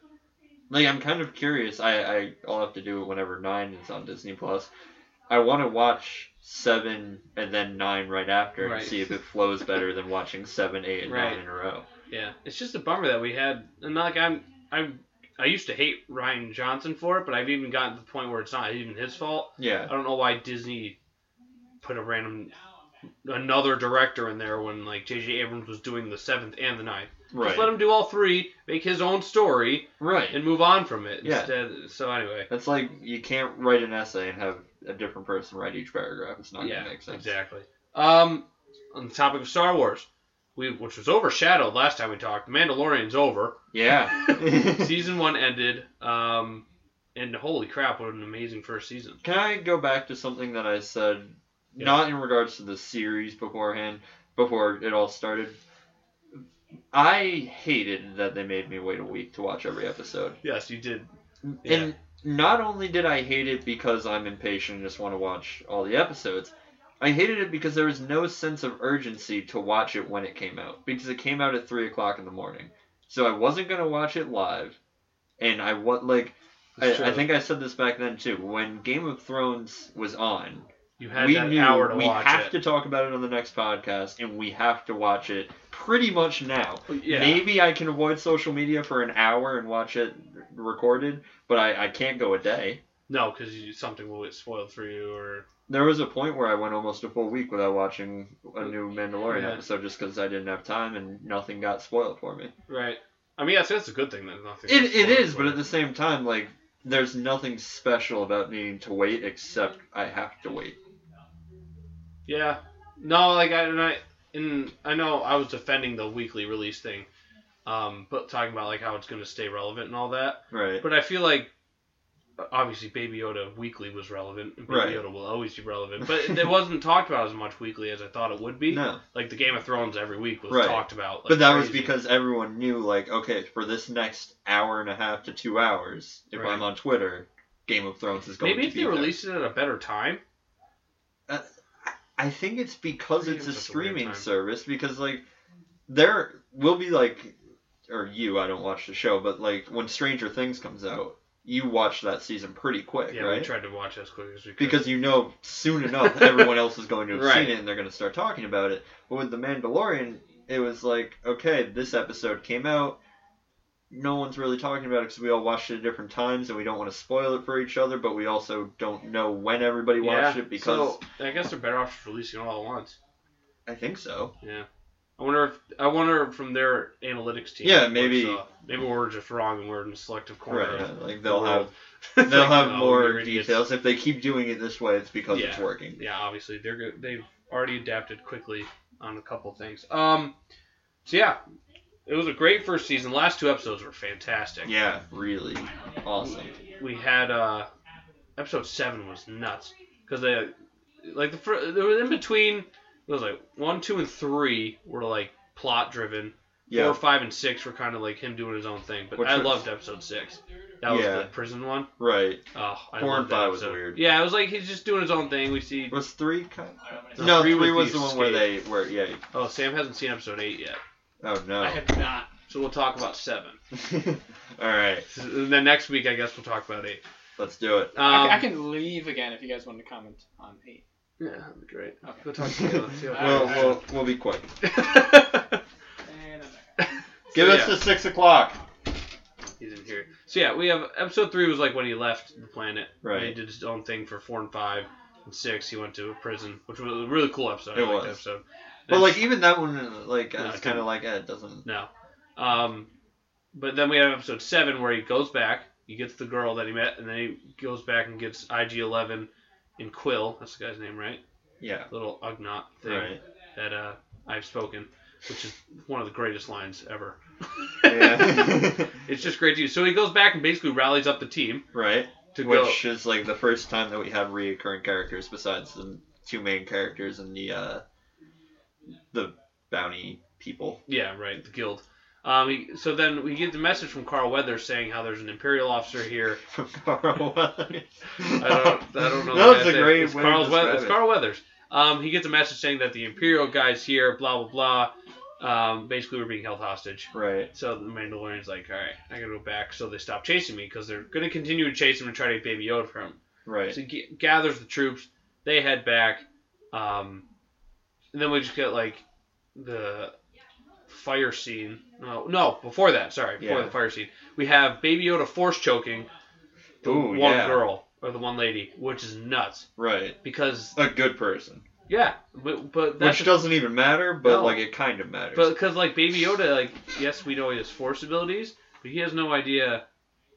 Speaker 2: Like, I'm kind of curious. I, I I'll have to do it whenever nine is on Disney Plus. I want to watch seven and then nine right after
Speaker 1: Right.
Speaker 2: and see if it flows better than watching seven, eight, and
Speaker 1: Right.
Speaker 2: nine in a row.
Speaker 1: Yeah, it's just a bummer that we had, and like I'm, I'm, I used to hate Ryan Johnson for it, but I've even gotten to the point where it's not even his fault. I
Speaker 2: Yeah.
Speaker 1: don't know why Disney put a random another director in there when like J.J. Abrams was doing the seventh and the ninth.
Speaker 2: Right.
Speaker 1: Just let him do all three, make his own story,
Speaker 2: right.
Speaker 1: and move on from it.
Speaker 2: Yeah.
Speaker 1: Instead, so anyway,
Speaker 2: That's like you can't write an essay and have a different person write each paragraph. It's not
Speaker 1: yeah,
Speaker 2: gonna make sense.
Speaker 1: exactly. Um, on the topic of Star Wars, we which was overshadowed last time we talked, Mandalorian's over.
Speaker 2: Yeah.
Speaker 1: season one ended, um, and holy crap, what an amazing first season.
Speaker 2: Can I go back to something that I said,
Speaker 1: Yeah.
Speaker 2: not in regards to the series beforehand, before it all started? I hated that they made me wait a week to watch every episode.
Speaker 1: Yes, you did.
Speaker 2: And not only did I hate it because I'm impatient and just want to watch all the episodes, I hated it because there was no sense of urgency to watch it when it came out. Because it came out at 3 o'clock in the morning. So I wasn't going to watch it live. And I what like
Speaker 1: That's
Speaker 2: I, I
Speaker 1: true.
Speaker 2: think I said this back then too. When Game of Thrones was on,
Speaker 1: You had
Speaker 2: we
Speaker 1: that
Speaker 2: knew
Speaker 1: hour to
Speaker 2: we
Speaker 1: watch
Speaker 2: have
Speaker 1: it.
Speaker 2: to talk about it on the next podcast, and we have to watch it pretty much now.
Speaker 1: yeah,
Speaker 2: Maybe I can avoid social media for an hour and watch it recorded, but I, I can't go a day.
Speaker 1: No, because something will get spoiled for you, or
Speaker 2: There was a point where I went almost a full week without watching a new Mandalorian
Speaker 1: Yeah.
Speaker 2: episode just because I didn't have time and nothing got spoiled for me.
Speaker 1: right. I mean, that's that's a good thing that nothing.
Speaker 2: It,
Speaker 1: gets
Speaker 2: it
Speaker 1: spoiled
Speaker 2: is,
Speaker 1: for
Speaker 2: but
Speaker 1: you.
Speaker 2: at the same time, like, there's nothing special about needing to wait except I have to wait.
Speaker 1: Yeah. No, like I and I and I know I was defending the weekly release thing, um, but talking about like how it's gonna stay relevant and all that.
Speaker 2: Right.
Speaker 1: But I feel like obviously Baby Yoda weekly was relevant. and Baby
Speaker 2: Right.
Speaker 1: Yoda will always be relevant, but it wasn't talked about as much weekly as I thought it would be.
Speaker 2: No.
Speaker 1: Like the Game of Thrones every week was
Speaker 2: Right.
Speaker 1: talked about. Like,
Speaker 2: but that was
Speaker 1: crazy.
Speaker 2: because everyone knew, like, okay, for this next hour and a half to two hours, if
Speaker 1: Right.
Speaker 2: I'm on Twitter, Game of Thrones is going
Speaker 1: maybe
Speaker 2: to
Speaker 1: if
Speaker 2: be
Speaker 1: they
Speaker 2: there.
Speaker 1: released it at a better time.
Speaker 2: I think it's because
Speaker 1: Freedom's
Speaker 2: it's a
Speaker 1: such a weird
Speaker 2: streaming
Speaker 1: time.
Speaker 2: service because like there will be like or you I don't watch the show but like when Stranger Things comes out you watch that season pretty quick
Speaker 1: Yeah, we
Speaker 2: right
Speaker 1: tried to watch as quick as we could.
Speaker 2: because you know soon enough everyone else is going to have
Speaker 1: Right.
Speaker 2: seen it and they're going to start talking about it but with the Mandalorian it was like okay this episode came out no one's really talking about it because we all watched it at different times and we don't want to spoil it for each other but we also don't know when everybody watched it because
Speaker 1: so, I guess they're better off just releasing it all at once.
Speaker 2: I think so
Speaker 1: I wonder if I wonder from their analytics team.
Speaker 2: Yeah,
Speaker 1: what's,
Speaker 2: maybe-
Speaker 1: uh, maybe we're just wrong and we're in a selective corner.
Speaker 2: Right,
Speaker 1: of
Speaker 2: yeah, like,
Speaker 1: the
Speaker 2: they'll
Speaker 1: world.
Speaker 2: They'll
Speaker 1: Like,
Speaker 2: have
Speaker 1: no, you're
Speaker 2: more
Speaker 1: idiots.
Speaker 2: details. If they keep doing it this way, it's because it's
Speaker 1: Yeah.
Speaker 2: working.
Speaker 1: Yeah, obviously they're go- they've already adapted quickly on a couple things. Um, so yeah, it was a great first season. Last two episodes were fantastic.
Speaker 2: Yeah, really awesome.
Speaker 1: we had uh, episode seven was nuts because they like the fir- they were in between. It was like one, two, and three were like plot driven.
Speaker 2: Yeah,
Speaker 1: four, five, and six were kind of like him doing his own thing. But
Speaker 2: Which
Speaker 1: I
Speaker 2: was-
Speaker 1: loved episode six. That was
Speaker 2: Yeah.
Speaker 1: the prison one.
Speaker 2: right.
Speaker 1: Oh, I
Speaker 2: Four
Speaker 1: loved
Speaker 2: and
Speaker 1: that
Speaker 2: five was
Speaker 1: episode.
Speaker 2: weird.
Speaker 1: Yeah, it was like he's just doing his own thing. We see.
Speaker 2: Was three kind?
Speaker 1: No,
Speaker 2: No,
Speaker 1: three
Speaker 2: three,
Speaker 1: was
Speaker 2: was
Speaker 1: the
Speaker 2: the one where they were. Yeah.
Speaker 1: Oh, Sam hasn't seen episode eight yet,
Speaker 2: Oh
Speaker 3: I
Speaker 2: no.
Speaker 3: have not.
Speaker 1: so we'll talk about seven.
Speaker 2: All right,
Speaker 1: And then next week, I guess we'll talk about eight.
Speaker 2: let's do it.
Speaker 1: Um,
Speaker 3: I, I can leave again if you guys want to comment on eight.
Speaker 1: Yeah, that'd be great.
Speaker 3: Okay.
Speaker 1: We'll talk to you. See
Speaker 3: All
Speaker 2: We'll,
Speaker 3: right.
Speaker 2: we'll, we'll be quick.
Speaker 3: And I'm back.
Speaker 2: Give
Speaker 1: yeah.
Speaker 2: us the six o'clock.
Speaker 1: He's in here. So yeah, we have episode three was like when he left the planet.
Speaker 2: Right.
Speaker 1: He did his own thing for four and five and six. He went to a prison, which was a really cool episode. I
Speaker 2: It
Speaker 1: liked
Speaker 2: was.
Speaker 1: the episode.
Speaker 2: But
Speaker 1: And-
Speaker 2: like even that one, like
Speaker 1: No,
Speaker 2: it's
Speaker 1: it
Speaker 2: kind
Speaker 1: didn't.
Speaker 2: of like eh, it doesn't.
Speaker 1: No. Um, but then we have episode seven where he goes back, he gets the girl that he met, and then he goes back and gets IG Eleven and Quill. That's the guy's name, right?
Speaker 2: Yeah.
Speaker 1: Little Ugnaught thing
Speaker 2: Right.
Speaker 1: that uh, I've spoken, which is one of the greatest lines ever.
Speaker 2: Yeah.
Speaker 1: it's just great to use. So he goes back and basically rallies up the team
Speaker 2: right.
Speaker 1: to go.
Speaker 2: Which is like the first time that we have recurring characters besides the two main characters and the uh, the bounty people.
Speaker 1: Yeah, right. The guild. Um, he- so then we get the message from Carl Weather saying how there's an Imperial officer here.
Speaker 2: from Carl Weathers.
Speaker 1: I don't, I don't know. the
Speaker 2: That was
Speaker 1: guy's
Speaker 2: a
Speaker 1: name.
Speaker 2: great
Speaker 1: it's
Speaker 2: way
Speaker 1: Carl
Speaker 2: to
Speaker 1: Weath-
Speaker 2: describe
Speaker 1: It's
Speaker 2: it.
Speaker 1: Carl Weathers. Um, he gets a message saying that the Imperial guy's here, blah, blah, blah. Um, basically, we're being held hostage.
Speaker 2: Right.
Speaker 1: So the Mandalorian's like, all right, I gotta go back. So they stop chasing me because they're gonna continue to chase him and try to get Baby Yoda from him.
Speaker 2: Right.
Speaker 1: So he g- gathers the troops. They head back. Um, and then we just get like the fire scene. No, no, before that. Sorry, before
Speaker 2: Yeah.
Speaker 1: the fire scene, we have Baby Yoda force choking the
Speaker 2: Ooh,
Speaker 1: one
Speaker 2: yeah.
Speaker 1: girl or the one lady, which is nuts
Speaker 2: Right.
Speaker 1: because
Speaker 2: A good person.
Speaker 1: yeah, but but that's
Speaker 2: Which doesn't even matter, but
Speaker 1: No.
Speaker 2: like it kind of matters.
Speaker 1: but because like Baby Yoda, like yes, we know he has force abilities, but he has no idea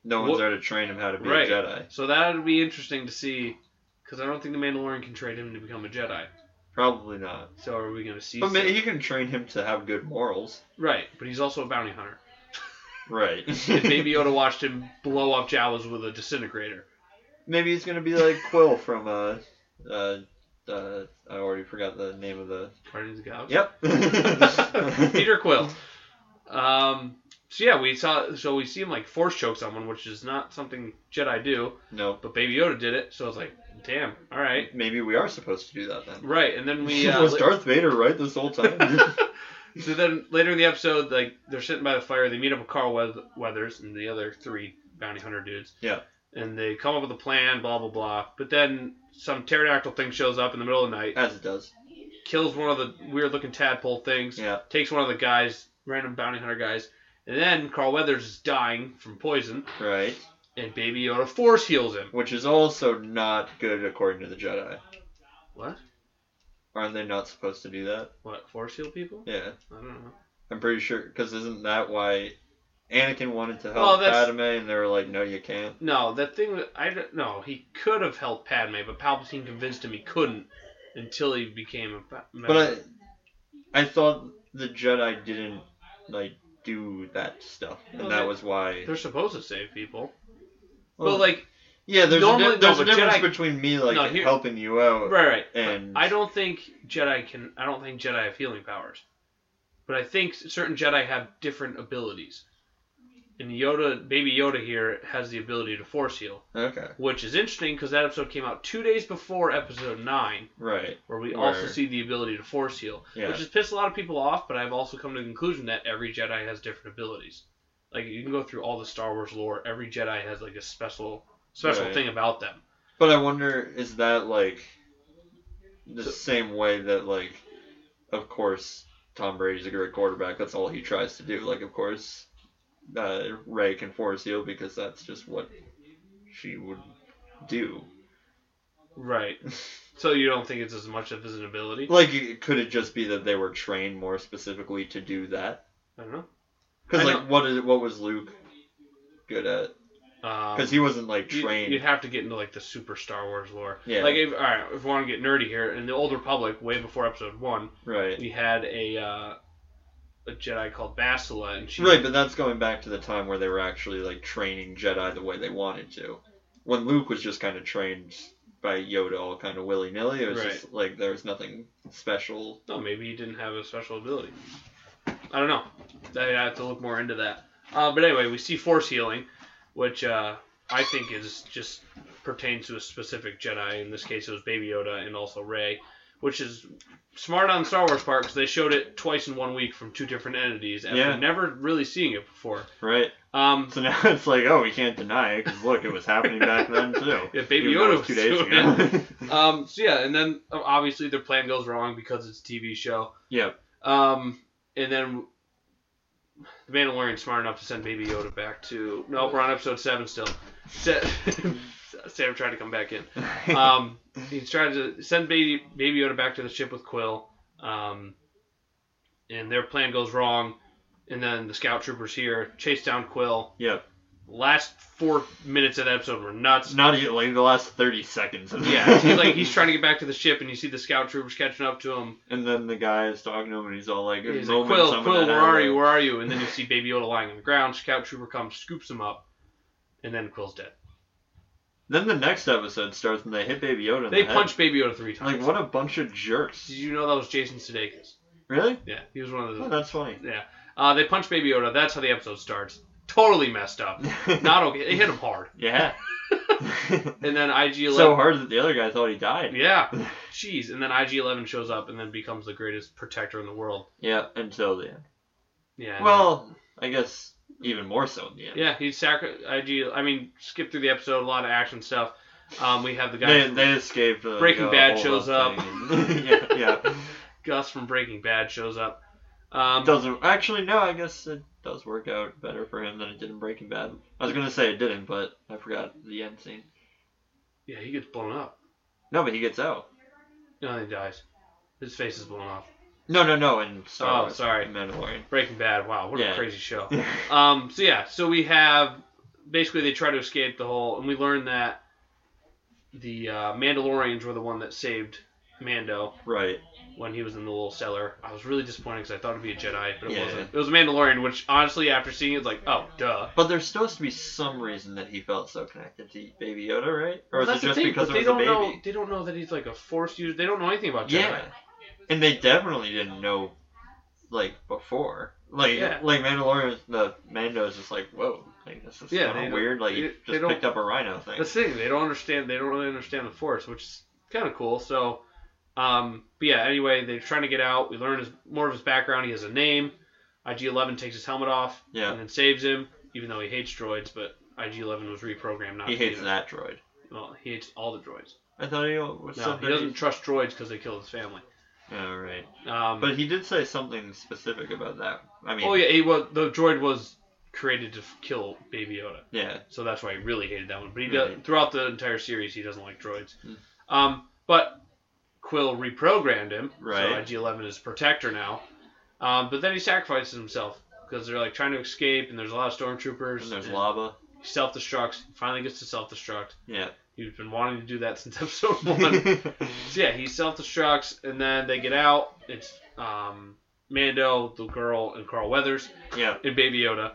Speaker 2: no one's
Speaker 1: Wha-
Speaker 2: there to train him how to be
Speaker 1: Right.
Speaker 2: a Jedi.
Speaker 1: So that would be interesting to see, because I don't think the Mandalorian can train him to become a Jedi.
Speaker 2: Probably not.
Speaker 1: So are we going to see?
Speaker 2: But man,
Speaker 1: some-
Speaker 2: he can train him to have good morals.
Speaker 1: Right, but he's also a bounty hunter.
Speaker 2: Right.
Speaker 1: If Baby Yoda watched him blow up Jawas with a disintegrator.
Speaker 2: Maybe he's gonna be like Quill from uh, uh, uh I already forgot the name of the.
Speaker 1: Guardians of the Galaxy.
Speaker 2: Yep.
Speaker 1: Peter Quill. Um. So yeah, we saw. So we see him like force choke someone, which is not something Jedi do.
Speaker 2: No.
Speaker 1: But Baby Yoda did it, so it's like, damn. All right.
Speaker 2: Maybe we are supposed to do that then.
Speaker 1: Right, and then we uh,
Speaker 2: was
Speaker 1: li-
Speaker 2: Darth Vader right this whole time?
Speaker 1: so then later in the episode, like they're sitting by the fire, they meet up with Carl Weath- Weathers and the other three bounty hunter dudes.
Speaker 2: Yeah.
Speaker 1: And they come up with a plan, blah blah blah. But then some pterodactyl thing shows up in the middle of the night,
Speaker 2: As it does.
Speaker 1: kills one of the weird looking tadpole things,
Speaker 2: Yeah.
Speaker 1: takes one of the guys, random bounty hunter guys, And then Carl Weathers is dying from poison,
Speaker 2: Right.
Speaker 1: and Baby Yoda force heals him.
Speaker 2: Which is also not good according to the Jedi.
Speaker 1: What?
Speaker 2: Aren't they not supposed to do that?
Speaker 1: What? Force heal people?
Speaker 2: Yeah.
Speaker 1: I don't know.
Speaker 2: I'm pretty sure. Because isn't that why Anakin wanted to help
Speaker 1: Well, that's-
Speaker 2: Padme and they were like, no, you can't?
Speaker 1: No, that thing. that- I don't. No, he could have helped Padme, but Palpatine convinced him he couldn't until he became a. pa- member.
Speaker 2: But I, I thought the Jedi didn't, like, do that stuff.
Speaker 1: No,
Speaker 2: And that
Speaker 1: they-
Speaker 2: was why.
Speaker 1: they're supposed to save people.
Speaker 2: Well,
Speaker 1: but like,
Speaker 2: Yeah, there's a,
Speaker 1: normally-
Speaker 2: di- there's
Speaker 1: no,
Speaker 2: a
Speaker 1: but
Speaker 2: difference
Speaker 1: Jedi-
Speaker 2: between me, like,
Speaker 1: No, here-
Speaker 2: helping you out.
Speaker 1: right, right.
Speaker 2: And
Speaker 1: I don't think Jedi can. I don't think Jedi have healing powers, but I think certain Jedi have different abilities. And Yoda, Baby Yoda here has the ability to force heal,
Speaker 2: Okay.
Speaker 1: which is interesting because that episode came out two days before Episode Nine,
Speaker 2: Right.
Speaker 1: where we
Speaker 2: Where-
Speaker 1: also see the ability to force heal,
Speaker 2: Yeah.
Speaker 1: which has pissed a lot of people off. But I've also come to the conclusion that every Jedi has different abilities. Like you can go through all the Star Wars lore, every Jedi has like a special special
Speaker 2: Right.
Speaker 1: thing about them.
Speaker 2: But I wonder, is that like the
Speaker 1: So-
Speaker 2: same way that like, of course, Tom Brady's a great quarterback. That's all he tries to do. Like, of course, uh, Ray can force heal because that's just what she would do.
Speaker 1: Right. So you don't think it's as much of as an ability?
Speaker 2: Like, it- could it just be that they were trained more specifically to do that?
Speaker 1: I don't know.
Speaker 2: Because
Speaker 1: I
Speaker 2: like, what is what was Luke good at?
Speaker 1: Um,
Speaker 2: Because he wasn't like
Speaker 1: you-
Speaker 2: trained.
Speaker 1: You'd have to get into like the super Star Wars lore.
Speaker 2: Yeah.
Speaker 1: Like, if, all right, if we want to get nerdy here, in the Old Republic, way before Episode One,
Speaker 2: right.
Speaker 1: we had a uh, a Jedi called Basila, and she
Speaker 2: Right, but that's going back to the time where they were actually like training Jedi the way they wanted to. When Luke was just kind of trained by Yoda all kind of willy nilly, it was just like there was nothing special.
Speaker 1: No, maybe he didn't have a special ability. I don't know. I I have to look more into that. Uh, but anyway, we see force healing, which uh, I think is just pertains to a specific Jedi. In this case, it was Baby Yoda and also Rey, which is smart on Star Wars part because they showed it twice in one week from two different entities after
Speaker 2: Yeah.
Speaker 1: never really seeing it before.
Speaker 2: Right.
Speaker 1: Um,
Speaker 2: So now it's like, oh, we can't deny it because look, it was happening back then too.
Speaker 1: yeah, Baby
Speaker 2: Even though
Speaker 1: Yoda
Speaker 2: it
Speaker 1: was
Speaker 2: two days
Speaker 1: doing it.
Speaker 2: ago.
Speaker 1: Um, so yeah, and then uh, obviously their plan goes wrong because it's a TV show.
Speaker 2: yeah.
Speaker 1: Um, and then the Mandalorian's smart enough to send Baby Yoda back to. No, we're on episode seven still. Sa- Sam tried to come back in. Um, he's trying to send Baby Baby Yoda back to the ship with Quill. Um, and their plan goes wrong. And then the scout troopers here chase down Quill.
Speaker 2: yeah.
Speaker 1: Last four minutes of the episode were nuts.
Speaker 2: It's not even like the last thirty seconds. Of
Speaker 1: Yeah, he's like he's trying to get back to the ship, and you see the scout troopers catching up to him.
Speaker 2: And then the guy is talking to him, and he's all like,
Speaker 1: He's like,
Speaker 2: "Moment,
Speaker 1: Quill,
Speaker 2: summon
Speaker 1: Quill,
Speaker 2: that
Speaker 1: where are
Speaker 2: animal."
Speaker 1: you? Where are you? And then you see Baby Yoda lying on the ground. Scout Trooper comes, scoops him up, and then Quill's dead.
Speaker 2: Then the next episode starts, and they hit Baby Yoda. In
Speaker 1: They
Speaker 2: the head.
Speaker 1: punched Baby Yoda three times.
Speaker 2: Like what a bunch of jerks.
Speaker 1: Did you know that was Jason Sudeikis?
Speaker 2: Really?
Speaker 1: Yeah, he was one of
Speaker 2: Oh,
Speaker 1: the.
Speaker 2: that's funny.
Speaker 1: Uh, they punched Baby Yoda. That's how the episode starts. Totally messed up. Not okay. They hit him hard.
Speaker 2: yeah.
Speaker 1: And then IG Eleven.
Speaker 2: so hard that the other guy thought he died.
Speaker 1: Yeah. Jeez. And then IG Eleven shows up and then becomes the greatest protector in the world.
Speaker 2: Yeah, until the end.
Speaker 1: Yeah.
Speaker 2: Well, I guess even more so in the end.
Speaker 1: Yeah, he's sacri- IG. I mean, skip through the episode. A lot of action stuff. Um, we have the guy.
Speaker 2: They, they escaped. uh,
Speaker 1: Breaking
Speaker 2: the
Speaker 1: Bad
Speaker 2: whole
Speaker 1: shows
Speaker 2: love thing. yeah, yeah.
Speaker 1: Gus from Breaking Bad shows up. Um,
Speaker 2: Doesn't actually no. I guess it does work out better for him than it did in Breaking Bad. I was gonna say it didn't, but I forgot the end scene.
Speaker 1: yeah, he gets blown up.
Speaker 2: No, but he gets out.
Speaker 1: No, he dies. His face is blown off.
Speaker 2: No, no, no. In Star
Speaker 1: Oh,
Speaker 2: Wars,
Speaker 1: sorry.
Speaker 2: in Mandalorian.
Speaker 1: Breaking Bad. Wow, what
Speaker 2: Yeah.
Speaker 1: a crazy show. Um, so yeah, so we have basically they try to escape the whole, and we learn that the uh, Mandalorians were the one that saved Mando
Speaker 2: right.
Speaker 1: when he was in the little cellar. I was really disappointed because I thought it'd be a Jedi, but it
Speaker 2: Yeah.
Speaker 1: wasn't. It was a Mandalorian, which honestly, after seeing it, it's like, oh, duh.
Speaker 2: But there's supposed to be some reason that he felt so connected to Baby Yoda, right?
Speaker 1: Well,
Speaker 2: Or was
Speaker 1: that's
Speaker 2: it
Speaker 1: the
Speaker 2: just
Speaker 1: thing,
Speaker 2: because
Speaker 1: but
Speaker 2: it
Speaker 1: they
Speaker 2: was
Speaker 1: don't
Speaker 2: a baby?
Speaker 1: know. They don't know that he's like a Force user. They don't know anything about Jedi.
Speaker 2: Yeah, and they definitely didn't know, like before. Like
Speaker 1: Yeah.
Speaker 2: like Mandalorian, the Mando is just like, whoa, like this is
Speaker 1: Yeah, they
Speaker 2: kind of
Speaker 1: don't-
Speaker 2: weird. Like you
Speaker 1: they- they
Speaker 2: just
Speaker 1: don't-
Speaker 2: picked up a rhino thing.
Speaker 1: That's the thing. They don't understand. They don't really understand the Force, which is kind of cool. So, um, but yeah. Anyway, they're trying to get out. We learn his, more of his background. He has a name. IG Eleven takes his helmet off
Speaker 2: Yeah.
Speaker 1: and then saves him, even though he hates droids. But IG Eleven was reprogrammed not
Speaker 2: He
Speaker 1: to
Speaker 2: hates
Speaker 1: do
Speaker 2: that droid.
Speaker 1: Well, he hates all the droids.
Speaker 2: I thought he was
Speaker 1: No, he doesn't trust droids because they killed his family.
Speaker 2: All right.
Speaker 1: Um,
Speaker 2: But he did say something specific about that. I mean,
Speaker 1: oh yeah, it was, the droid was created to f- kill Baby Yoda.
Speaker 2: yeah.
Speaker 1: so that's why he really hated that one. But he
Speaker 2: Really?
Speaker 1: does, throughout the entire series, he doesn't like droids.
Speaker 2: Hmm.
Speaker 1: Um, but Quill reprogrammed him,
Speaker 2: Right.
Speaker 1: so IG-11 is protector now. Um, but then he sacrifices himself because they're like trying to escape, and there's a lot of stormtroopers.
Speaker 2: And there's
Speaker 1: and
Speaker 2: lava.
Speaker 1: He self-destructs. Finally gets to self-destruct.
Speaker 2: Yeah.
Speaker 1: He's been wanting to do that since episode one. So yeah, he self destructs, and then they get out. It's um, Mando, the girl, and Carl Weathers,
Speaker 2: yeah.
Speaker 1: and Baby Yoda,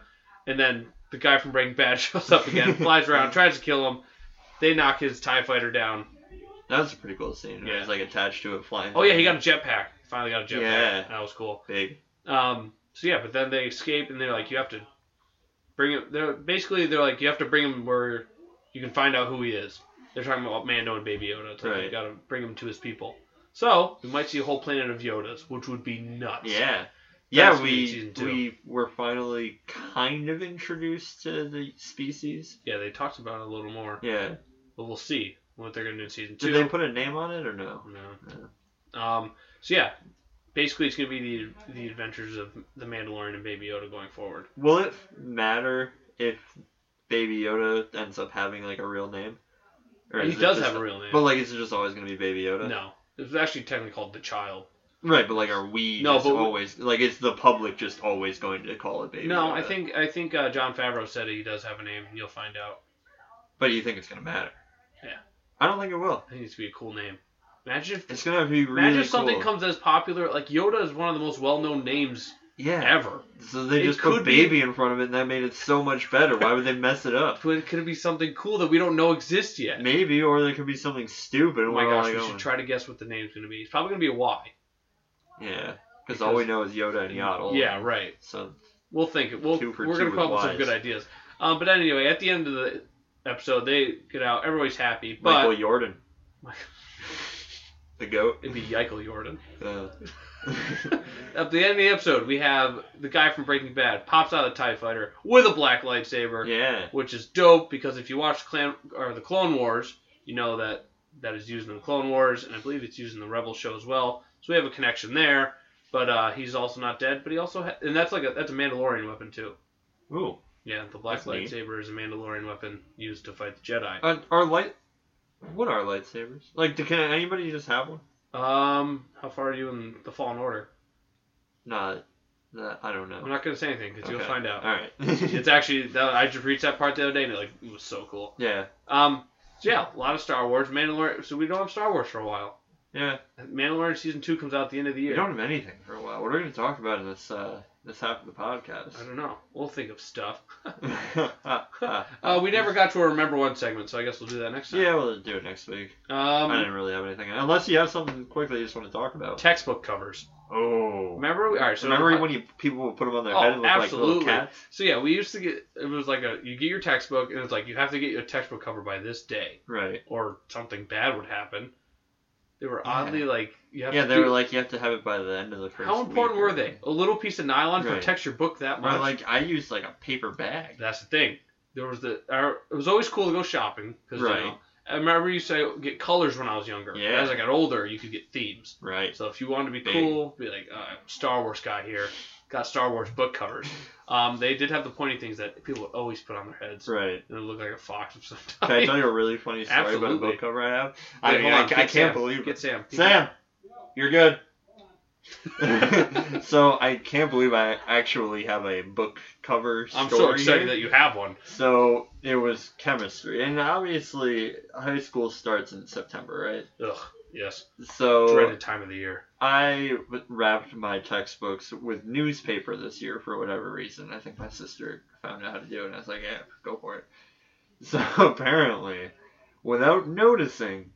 Speaker 1: and then the guy from Breaking Bad shows up again, flies around, tries to kill him. They knock his Tie Fighter down.
Speaker 2: That was a pretty cool scene. It
Speaker 1: Yeah.
Speaker 2: was like attached to it flying.
Speaker 1: Oh yeah, he got a jetpack. Finally got a jetpack.
Speaker 2: Yeah.
Speaker 1: that was cool.
Speaker 2: big.
Speaker 1: Um, so yeah, but then they escape, and they're like, you have to bring him. They're basically they're like, you have to bring him where you can find out who he is. They're talking about Mando and Baby Yoda. It's like,
Speaker 2: Right.
Speaker 1: You got to bring him to his people. So we might see a whole planet of Yodas, which would be nuts.
Speaker 2: Yeah. Yeah,
Speaker 1: gonna be
Speaker 2: we
Speaker 1: season two.
Speaker 2: we were finally kind of introduced to the species.
Speaker 1: Yeah, they talked about it a little more,
Speaker 2: Yeah.
Speaker 1: but we'll see what they're gonna do in season two.
Speaker 2: Did they put a name on it or no?
Speaker 1: No. Um, so yeah, basically it's gonna be the the adventures of the Mandalorian and Baby Yoda going forward.
Speaker 2: Will it matter if Baby Yoda ends up having like a real name? Or
Speaker 1: he
Speaker 2: is it
Speaker 1: does
Speaker 2: just-
Speaker 1: have a real name.
Speaker 2: But like, is it just always gonna be Baby Yoda?
Speaker 1: no, it's actually technically called the Child.
Speaker 2: Right, but like, are we
Speaker 1: No,
Speaker 2: just
Speaker 1: but we-
Speaker 2: always like is the public just always going to call it Baby
Speaker 1: no,
Speaker 2: Yoda?
Speaker 1: I think I think uh, John Favreau said he does have a name. You'll find out.
Speaker 2: But do you think it's gonna matter?
Speaker 1: Yeah.
Speaker 2: I don't think it will.
Speaker 1: I think it's gonna be a cool name. Imagine if
Speaker 2: It's gonna be really
Speaker 1: imagine if something
Speaker 2: cool.
Speaker 1: comes as popular like Yoda is one of the most well known names
Speaker 2: yeah.
Speaker 1: ever.
Speaker 2: So they
Speaker 1: It
Speaker 2: just put
Speaker 1: could be-
Speaker 2: baby in front of it, and that made it so much better. Why would they mess it up?
Speaker 1: Could could it be something cool that we don't know exists yet?
Speaker 2: Maybe, or there could be something stupid.
Speaker 1: Oh
Speaker 2: and
Speaker 1: my
Speaker 2: we're all
Speaker 1: gosh, we
Speaker 2: like,
Speaker 1: should
Speaker 2: oh,
Speaker 1: try to guess what the name's gonna be. It's probably gonna be a Y.
Speaker 2: Yeah, because all we
Speaker 1: because-
Speaker 2: know is Yoda and Yaddle.
Speaker 1: Yeah, right.
Speaker 2: So
Speaker 1: We'll think. We'll,
Speaker 2: Oh. Two for
Speaker 1: we're
Speaker 2: two
Speaker 1: going to come up
Speaker 2: with
Speaker 1: with some
Speaker 2: Ys.
Speaker 1: good ideas. Um, but anyway, at the end of the episode, they get out. Everybody's happy. But
Speaker 2: Michael Jordan, the goat.
Speaker 1: it'd be Yikel Jordan.
Speaker 2: Uh,
Speaker 1: At the end of the episode, we have the guy from Breaking Bad pops out of the TIE fighter with a black lightsaber,
Speaker 2: yeah.
Speaker 1: which is dope because if you watch Clan, or the Clone Wars, you know that that is used in the Clone Wars, and I believe it's used in the Rebel show as well. So we have a connection there. But uh, he's also not dead. But he also ha- and that's like a, that's a Mandalorian weapon too.
Speaker 2: Ooh.
Speaker 1: Yeah, the black
Speaker 2: That's neat.
Speaker 1: lightsaber is a Mandalorian weapon used to fight the Jedi.
Speaker 2: Are, are light? What are lightsabers? Like, do, can anybody just have one?
Speaker 1: Um, how far are you in the Fallen Order?
Speaker 2: Nah, that, I don't
Speaker 1: I'm
Speaker 2: know.
Speaker 1: not gonna say anything because
Speaker 2: Okay.
Speaker 1: you'll find out.
Speaker 2: All right.
Speaker 1: It's actually that I just reached that part the other day and it, like it was so cool.
Speaker 2: yeah.
Speaker 1: Um, so yeah, a lot of Star Wars, Mandalorian. So we don't have Star Wars for a while.
Speaker 2: Yeah.
Speaker 1: Mandalorian season two comes out at the end of the
Speaker 2: We
Speaker 1: year.
Speaker 2: don't have anything for a while. What are we going to talk about in this uh, this half of the podcast?
Speaker 1: I don't know. We'll think of stuff.
Speaker 2: uh,
Speaker 1: Uh, we never got to a remember one segment, so I guess we'll do that next time.
Speaker 2: Yeah, we'll do it next week. I
Speaker 1: Um,
Speaker 2: didn't really have anything, unless you have something quickly you just want to talk about.
Speaker 1: textbook covers.
Speaker 2: Oh.
Speaker 1: Remember? All right. So
Speaker 2: Remember when you people would put them on their
Speaker 1: Oh,
Speaker 2: head and look like
Speaker 1: absolutely.
Speaker 2: little cats?
Speaker 1: So yeah, we used to get. It was like a you get your textbook and it's like you have to get your textbook cover by this day.
Speaker 2: Right.
Speaker 1: or something bad would happen. They were oddly like you have
Speaker 2: Yeah,
Speaker 1: to
Speaker 2: they
Speaker 1: do-
Speaker 2: were like you have to have it by the end of the first.
Speaker 1: how important
Speaker 2: week or-
Speaker 1: were they? A little piece of nylon
Speaker 2: Right.
Speaker 1: protects your book that
Speaker 2: Or
Speaker 1: much.
Speaker 2: like I used like a paper bag.
Speaker 1: That's the thing. There was the our, it was always cool to go shopping because
Speaker 2: Right.
Speaker 1: you know, I remember you say get colors when I was younger.
Speaker 2: Yeah.
Speaker 1: As I got older, you could get themes.
Speaker 2: Right.
Speaker 1: So if you wanted to be
Speaker 2: Big.
Speaker 1: cool, be like uh, Star Wars guy here, got Star Wars book covers. Um, they did have the pointy things that people would always put on their heads,
Speaker 2: Right.
Speaker 1: and it looked like a fox of some type.
Speaker 2: Can I tell you a really funny story about a
Speaker 1: Absolutely.
Speaker 2: book cover I have?
Speaker 1: Wait,
Speaker 2: I mean,
Speaker 1: hold
Speaker 2: I,
Speaker 1: on,
Speaker 2: I
Speaker 1: get
Speaker 2: can't
Speaker 1: Sam.
Speaker 2: believe
Speaker 1: Get
Speaker 2: it.
Speaker 1: Sam.
Speaker 2: Sam, you're good. so I can't believe I actually have a book cover story.
Speaker 1: I'm so excited
Speaker 2: here.
Speaker 1: that you have one.
Speaker 2: So it was chemistry, and obviously high school starts in September, right?
Speaker 1: Ugh. Yes.
Speaker 2: So
Speaker 1: Dreaded time of the year.
Speaker 2: I w- wrapped my textbooks with newspaper this year for whatever reason. I think my sister found out how to do it, and I was like, yeah, go for it. So apparently, without noticing,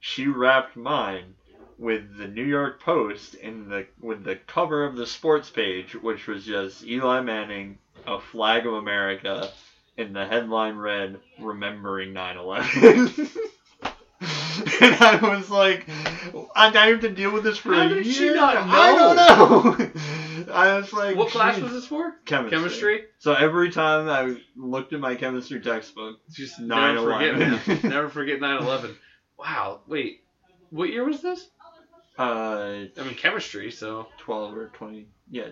Speaker 2: she wrapped mine with the New York Post in the with the cover of the sports page, which was just Eli Manning, a flag of America, and the headline read "Remembering 9/11." and I was like, I I have to deal with this for
Speaker 1: How
Speaker 2: a
Speaker 1: did she
Speaker 2: year.
Speaker 1: not
Speaker 2: I don't know. I was like,
Speaker 1: What class
Speaker 2: "Jeez."
Speaker 1: was this for?
Speaker 2: Chemistry.
Speaker 1: Chemistry.
Speaker 2: So every time I looked at my chemistry textbook,
Speaker 1: Just
Speaker 2: nine
Speaker 1: never forget,
Speaker 2: eleven.
Speaker 1: man. never forget 9/11. Wow. Wait. What year was this?
Speaker 2: Uh,
Speaker 1: I mean, chemistry. So,
Speaker 2: 12 or 20, yeah,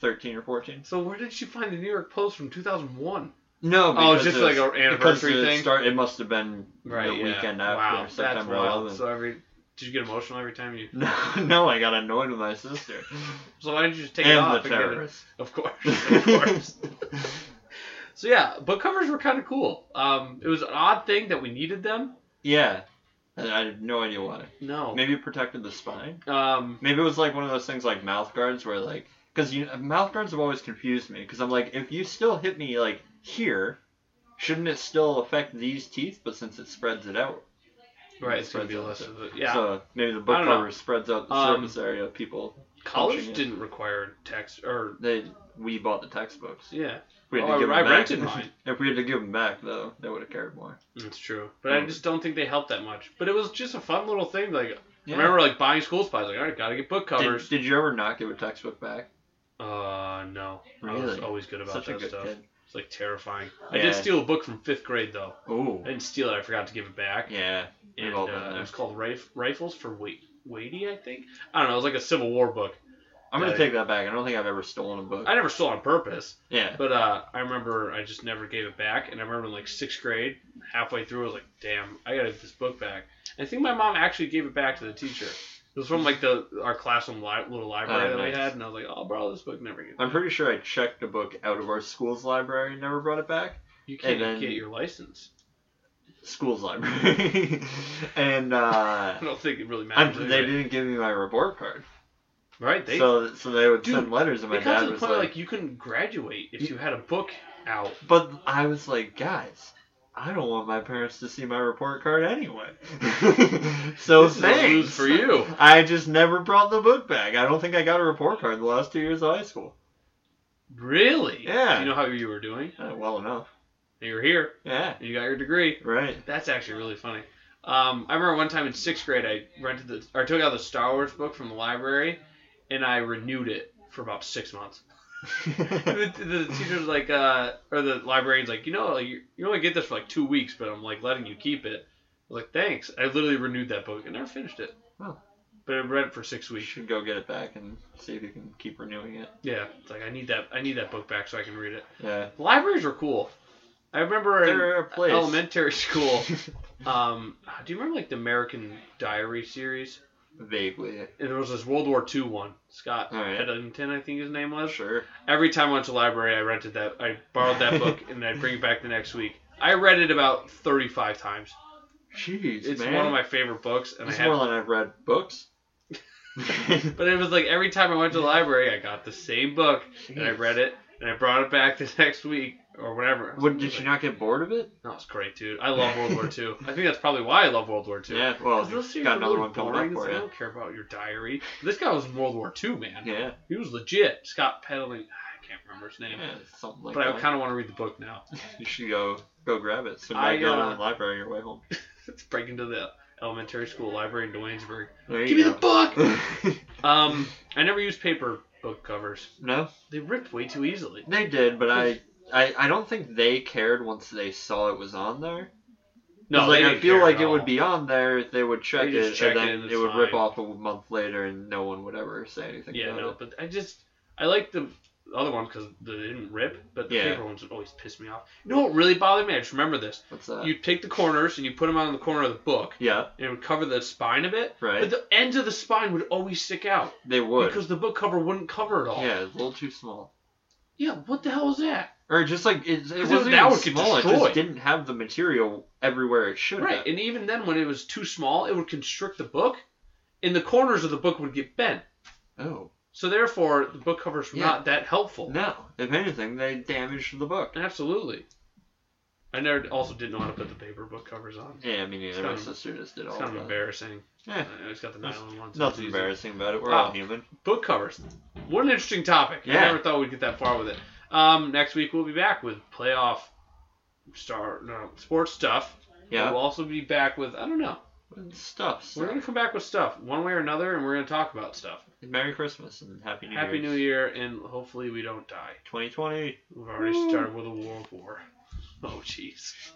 Speaker 2: 13 or 14.
Speaker 1: so where did she find the New York Post from 2001?
Speaker 2: No,
Speaker 1: Oh,
Speaker 2: because
Speaker 1: just
Speaker 2: it
Speaker 1: like
Speaker 2: was-
Speaker 1: an anniversary
Speaker 2: because it
Speaker 1: thing?
Speaker 2: Start, it must have been the
Speaker 1: yeah.
Speaker 2: weekend after
Speaker 1: Wow, that's
Speaker 2: September
Speaker 1: wild.
Speaker 2: 11th.
Speaker 1: So every did you get emotional every time you?
Speaker 2: No, no, I got annoyed with my sister
Speaker 1: So why didn't you just take it
Speaker 2: and the
Speaker 1: off? and get it?
Speaker 2: terrorist.
Speaker 1: Of course, of course. so yeah, book covers were kind of cool. Um, it was an odd thing that we needed them.
Speaker 2: yeah, I, I have no idea why.
Speaker 1: No.
Speaker 2: Maybe it protected the spine.
Speaker 1: Um,
Speaker 2: Maybe it was like one of those things like mouth guards where like because you mouth guards have always confused me because I'm like if you still hit me like here, shouldn't it still affect these teeth? But since it spreads it out,
Speaker 1: right, it's gonna be less of a yeah.
Speaker 2: So maybe the
Speaker 1: I
Speaker 2: book
Speaker 1: don't know.
Speaker 2: cover spreads out the
Speaker 1: Um,
Speaker 2: surface area. of People
Speaker 1: College
Speaker 2: punching it.
Speaker 1: didn't require text or
Speaker 2: they we bought the textbooks.
Speaker 1: yeah.
Speaker 2: We
Speaker 1: Oh, I
Speaker 2: 'em
Speaker 1: rented mine.
Speaker 2: if we had to give them back though, they would have cared more.
Speaker 1: That's true, but I
Speaker 2: Mm.
Speaker 1: just don't think they helped that much. But it was just a fun little thing. Like
Speaker 2: Yeah.
Speaker 1: I remember, like buying school supplies. Like all right, gotta get book covers.
Speaker 2: Did, did you ever not give a textbook back?
Speaker 1: Uh, no. I was
Speaker 2: Really?
Speaker 1: always good about
Speaker 2: Such a
Speaker 1: that
Speaker 2: good
Speaker 1: stuff.
Speaker 2: kid.
Speaker 1: It's like terrifying. I
Speaker 2: Yeah.
Speaker 1: did steal a book from fifth grade though.
Speaker 2: Ooh.
Speaker 1: I didn't steal it. I forgot to give it back.
Speaker 2: Yeah. we've
Speaker 1: And
Speaker 2: all
Speaker 1: uh,
Speaker 2: done that.
Speaker 1: it was called Rif- Rifles for Wait- Weighty, I think. I don't know. It was like a Civil War book.
Speaker 2: I'm gonna
Speaker 1: Yeah.
Speaker 2: take that back. I don't think I've ever stolen a book.
Speaker 1: I never stole on purpose,
Speaker 2: yeah.
Speaker 1: but uh, I remember I just never gave it back. And I remember in like sixth grade, halfway through, I was like, "Damn, I gotta get this book back." And I think my mom actually gave it back to the teacher. It was from like the our classroom li- little library
Speaker 2: Oh,
Speaker 1: that
Speaker 2: nice.
Speaker 1: we had, and I was like, "I'll borrow this book, never get." it
Speaker 2: I'm
Speaker 1: back."
Speaker 2: pretty sure I checked a book out of our school's library and never brought it back.
Speaker 1: You can't
Speaker 2: then-
Speaker 1: get your license.
Speaker 2: School's library. and uh,
Speaker 1: I don't think it really
Speaker 2: I'm,
Speaker 1: matters.
Speaker 2: they
Speaker 1: anyway.
Speaker 2: didn't give me my report card.
Speaker 1: Right? They
Speaker 2: so so they would
Speaker 1: Dude,
Speaker 2: send letters, and my
Speaker 1: It got
Speaker 2: dad
Speaker 1: to the
Speaker 2: was
Speaker 1: point
Speaker 2: like,
Speaker 1: like you couldn't graduate if you had a book out.
Speaker 2: But I was like, guys, I don't want my parents to see my report card anyway. so
Speaker 1: This is a
Speaker 2: thanks.
Speaker 1: lose for you.
Speaker 2: I just never brought the book back. I don't think I got a report card the last two years of high school.
Speaker 1: Really?
Speaker 2: Yeah.
Speaker 1: Do you know how you were doing?
Speaker 2: Uh, well enough.
Speaker 1: You were here.
Speaker 2: Yeah.
Speaker 1: You got your degree.
Speaker 2: Right.
Speaker 1: That's actually really funny. Um, I remember one time in sixth grade, I rented the or took out the Star Wars book from the library, and I renewed it for about six months. the, the teacher's like, uh, or the librarian's like, you know, like, you, you only get this for like two weeks, but I'm like letting you keep it. I was like, thanks. I literally renewed that book and never finished it.
Speaker 2: Oh.
Speaker 1: But I read it for six
Speaker 2: we
Speaker 1: weeks.
Speaker 2: should go get it back and see if you can keep renewing it.
Speaker 1: Yeah, it's like I need that. I need that book back so I can read it.
Speaker 2: Yeah.
Speaker 1: Libraries were cool. I remember in
Speaker 2: They're a place.
Speaker 1: elementary school. um, do you remember like the American Diary series?
Speaker 2: Vaguely.
Speaker 1: And there was this World War II one. Scott
Speaker 2: All right.
Speaker 1: Eddington, I think his name was.
Speaker 2: Sure.
Speaker 1: Every time I went to the library, I rented that. I borrowed that book and I'd bring it back the next week. I read it about 35 times.
Speaker 2: Jeez,
Speaker 1: It's
Speaker 2: man.
Speaker 1: one of my favorite books, and I
Speaker 2: It's
Speaker 1: had.
Speaker 2: more than I've read books.
Speaker 1: but it was like every time I went to the library, I got the same book and I
Speaker 2: Jeez.
Speaker 1: read it and I brought it back the next week or whatever.
Speaker 2: What, did you not get bored of it?
Speaker 1: That was great, dude. I love World War II. I think that's probably why I love World War II.
Speaker 2: Yeah, well,
Speaker 1: Because those
Speaker 2: you
Speaker 1: series
Speaker 2: got
Speaker 1: are
Speaker 2: another
Speaker 1: really
Speaker 2: one coming
Speaker 1: boring.
Speaker 2: up
Speaker 1: It's
Speaker 2: for
Speaker 1: like, I
Speaker 2: you.
Speaker 1: don't care about your diary. This guy was in World War II, man.
Speaker 2: Yeah,
Speaker 1: He was legit. Scott Peddling. I can't remember his name.
Speaker 2: yeah, something like
Speaker 1: but I
Speaker 2: that.
Speaker 1: kind of want to read the book now.
Speaker 2: You should go go grab it. So
Speaker 1: I,
Speaker 2: I go
Speaker 1: uh,
Speaker 2: to the library on your way home.
Speaker 1: Let's break into the elementary school library in Duanesburg.
Speaker 2: There
Speaker 1: Give
Speaker 2: you
Speaker 1: me
Speaker 2: go.
Speaker 1: the book! Um, I never used paper book covers.
Speaker 2: no,
Speaker 1: They ripped way too easily.
Speaker 2: they did, but I, I I don't think they cared once they saw it was on there. 'Cause,
Speaker 1: No,
Speaker 2: like
Speaker 1: they
Speaker 2: I
Speaker 1: didn't
Speaker 2: feel
Speaker 1: care
Speaker 2: like
Speaker 1: at
Speaker 2: it would
Speaker 1: all.
Speaker 2: be on there. They would check
Speaker 1: They
Speaker 2: it,
Speaker 1: just check it,
Speaker 2: and then
Speaker 1: and
Speaker 2: it
Speaker 1: it's
Speaker 2: would rip
Speaker 1: fine.
Speaker 2: off a month later, and no one would ever say anything
Speaker 1: Yeah,
Speaker 2: about
Speaker 1: no,
Speaker 2: it.
Speaker 1: but I just I like the other one because they didn't rip, but the
Speaker 2: Yeah.
Speaker 1: paper ones would always piss me off. You know what really bothered me? I just remember this.
Speaker 2: What's that?
Speaker 1: You'd pick the corners and you put them out on the corner of the book,
Speaker 2: yeah,
Speaker 1: and it would cover the spine of it. But
Speaker 2: right.
Speaker 1: the ends of the spine would always stick out
Speaker 2: They would.
Speaker 1: because the book cover wouldn't cover it all.
Speaker 2: yeah, it's a little too small.
Speaker 1: Yeah, what the hell is that?
Speaker 2: Or just like it, it
Speaker 1: Because
Speaker 2: wasn't
Speaker 1: that
Speaker 2: even
Speaker 1: would get
Speaker 2: small. It
Speaker 1: destroyed.
Speaker 2: just didn't have the material everywhere it should.
Speaker 1: Right,
Speaker 2: have.
Speaker 1: and even then, when it was too small, it would constrict the book, and the corners of the book would get bent.
Speaker 2: Oh.
Speaker 1: So therefore, the book covers were
Speaker 2: Yeah.
Speaker 1: not that helpful.
Speaker 2: No. If anything, they damaged the book.
Speaker 1: Absolutely. I never also didn't know how to put the paper book covers on.
Speaker 2: Yeah, I mean,
Speaker 1: It's
Speaker 2: yeah, my
Speaker 1: kind of-
Speaker 2: sister just did
Speaker 1: It's
Speaker 2: all
Speaker 1: kind of
Speaker 2: that.
Speaker 1: embarrassing.
Speaker 2: Eh,
Speaker 1: I always got the
Speaker 2: That's-
Speaker 1: nylon ones.
Speaker 2: nothing
Speaker 1: It's easy.
Speaker 2: embarrassing about it. We're
Speaker 1: Oh.
Speaker 2: all human.
Speaker 1: Book covers. What an interesting topic. I
Speaker 2: Yeah.
Speaker 1: never thought we'd get that far with it. Um, next week we'll be back with playoff star no sports stuff.
Speaker 2: Yeah.
Speaker 1: We'll also be back with I don't know.
Speaker 2: Stuff.
Speaker 1: We're
Speaker 2: stuff.
Speaker 1: gonna come back with stuff one way or another, and we're gonna talk about stuff.
Speaker 2: Merry Christmas and Happy New
Speaker 1: Happy
Speaker 2: Year.
Speaker 1: New Year, and hopefully we don't die.
Speaker 2: 2020.
Speaker 1: We've already started with a world war. Oh jeez.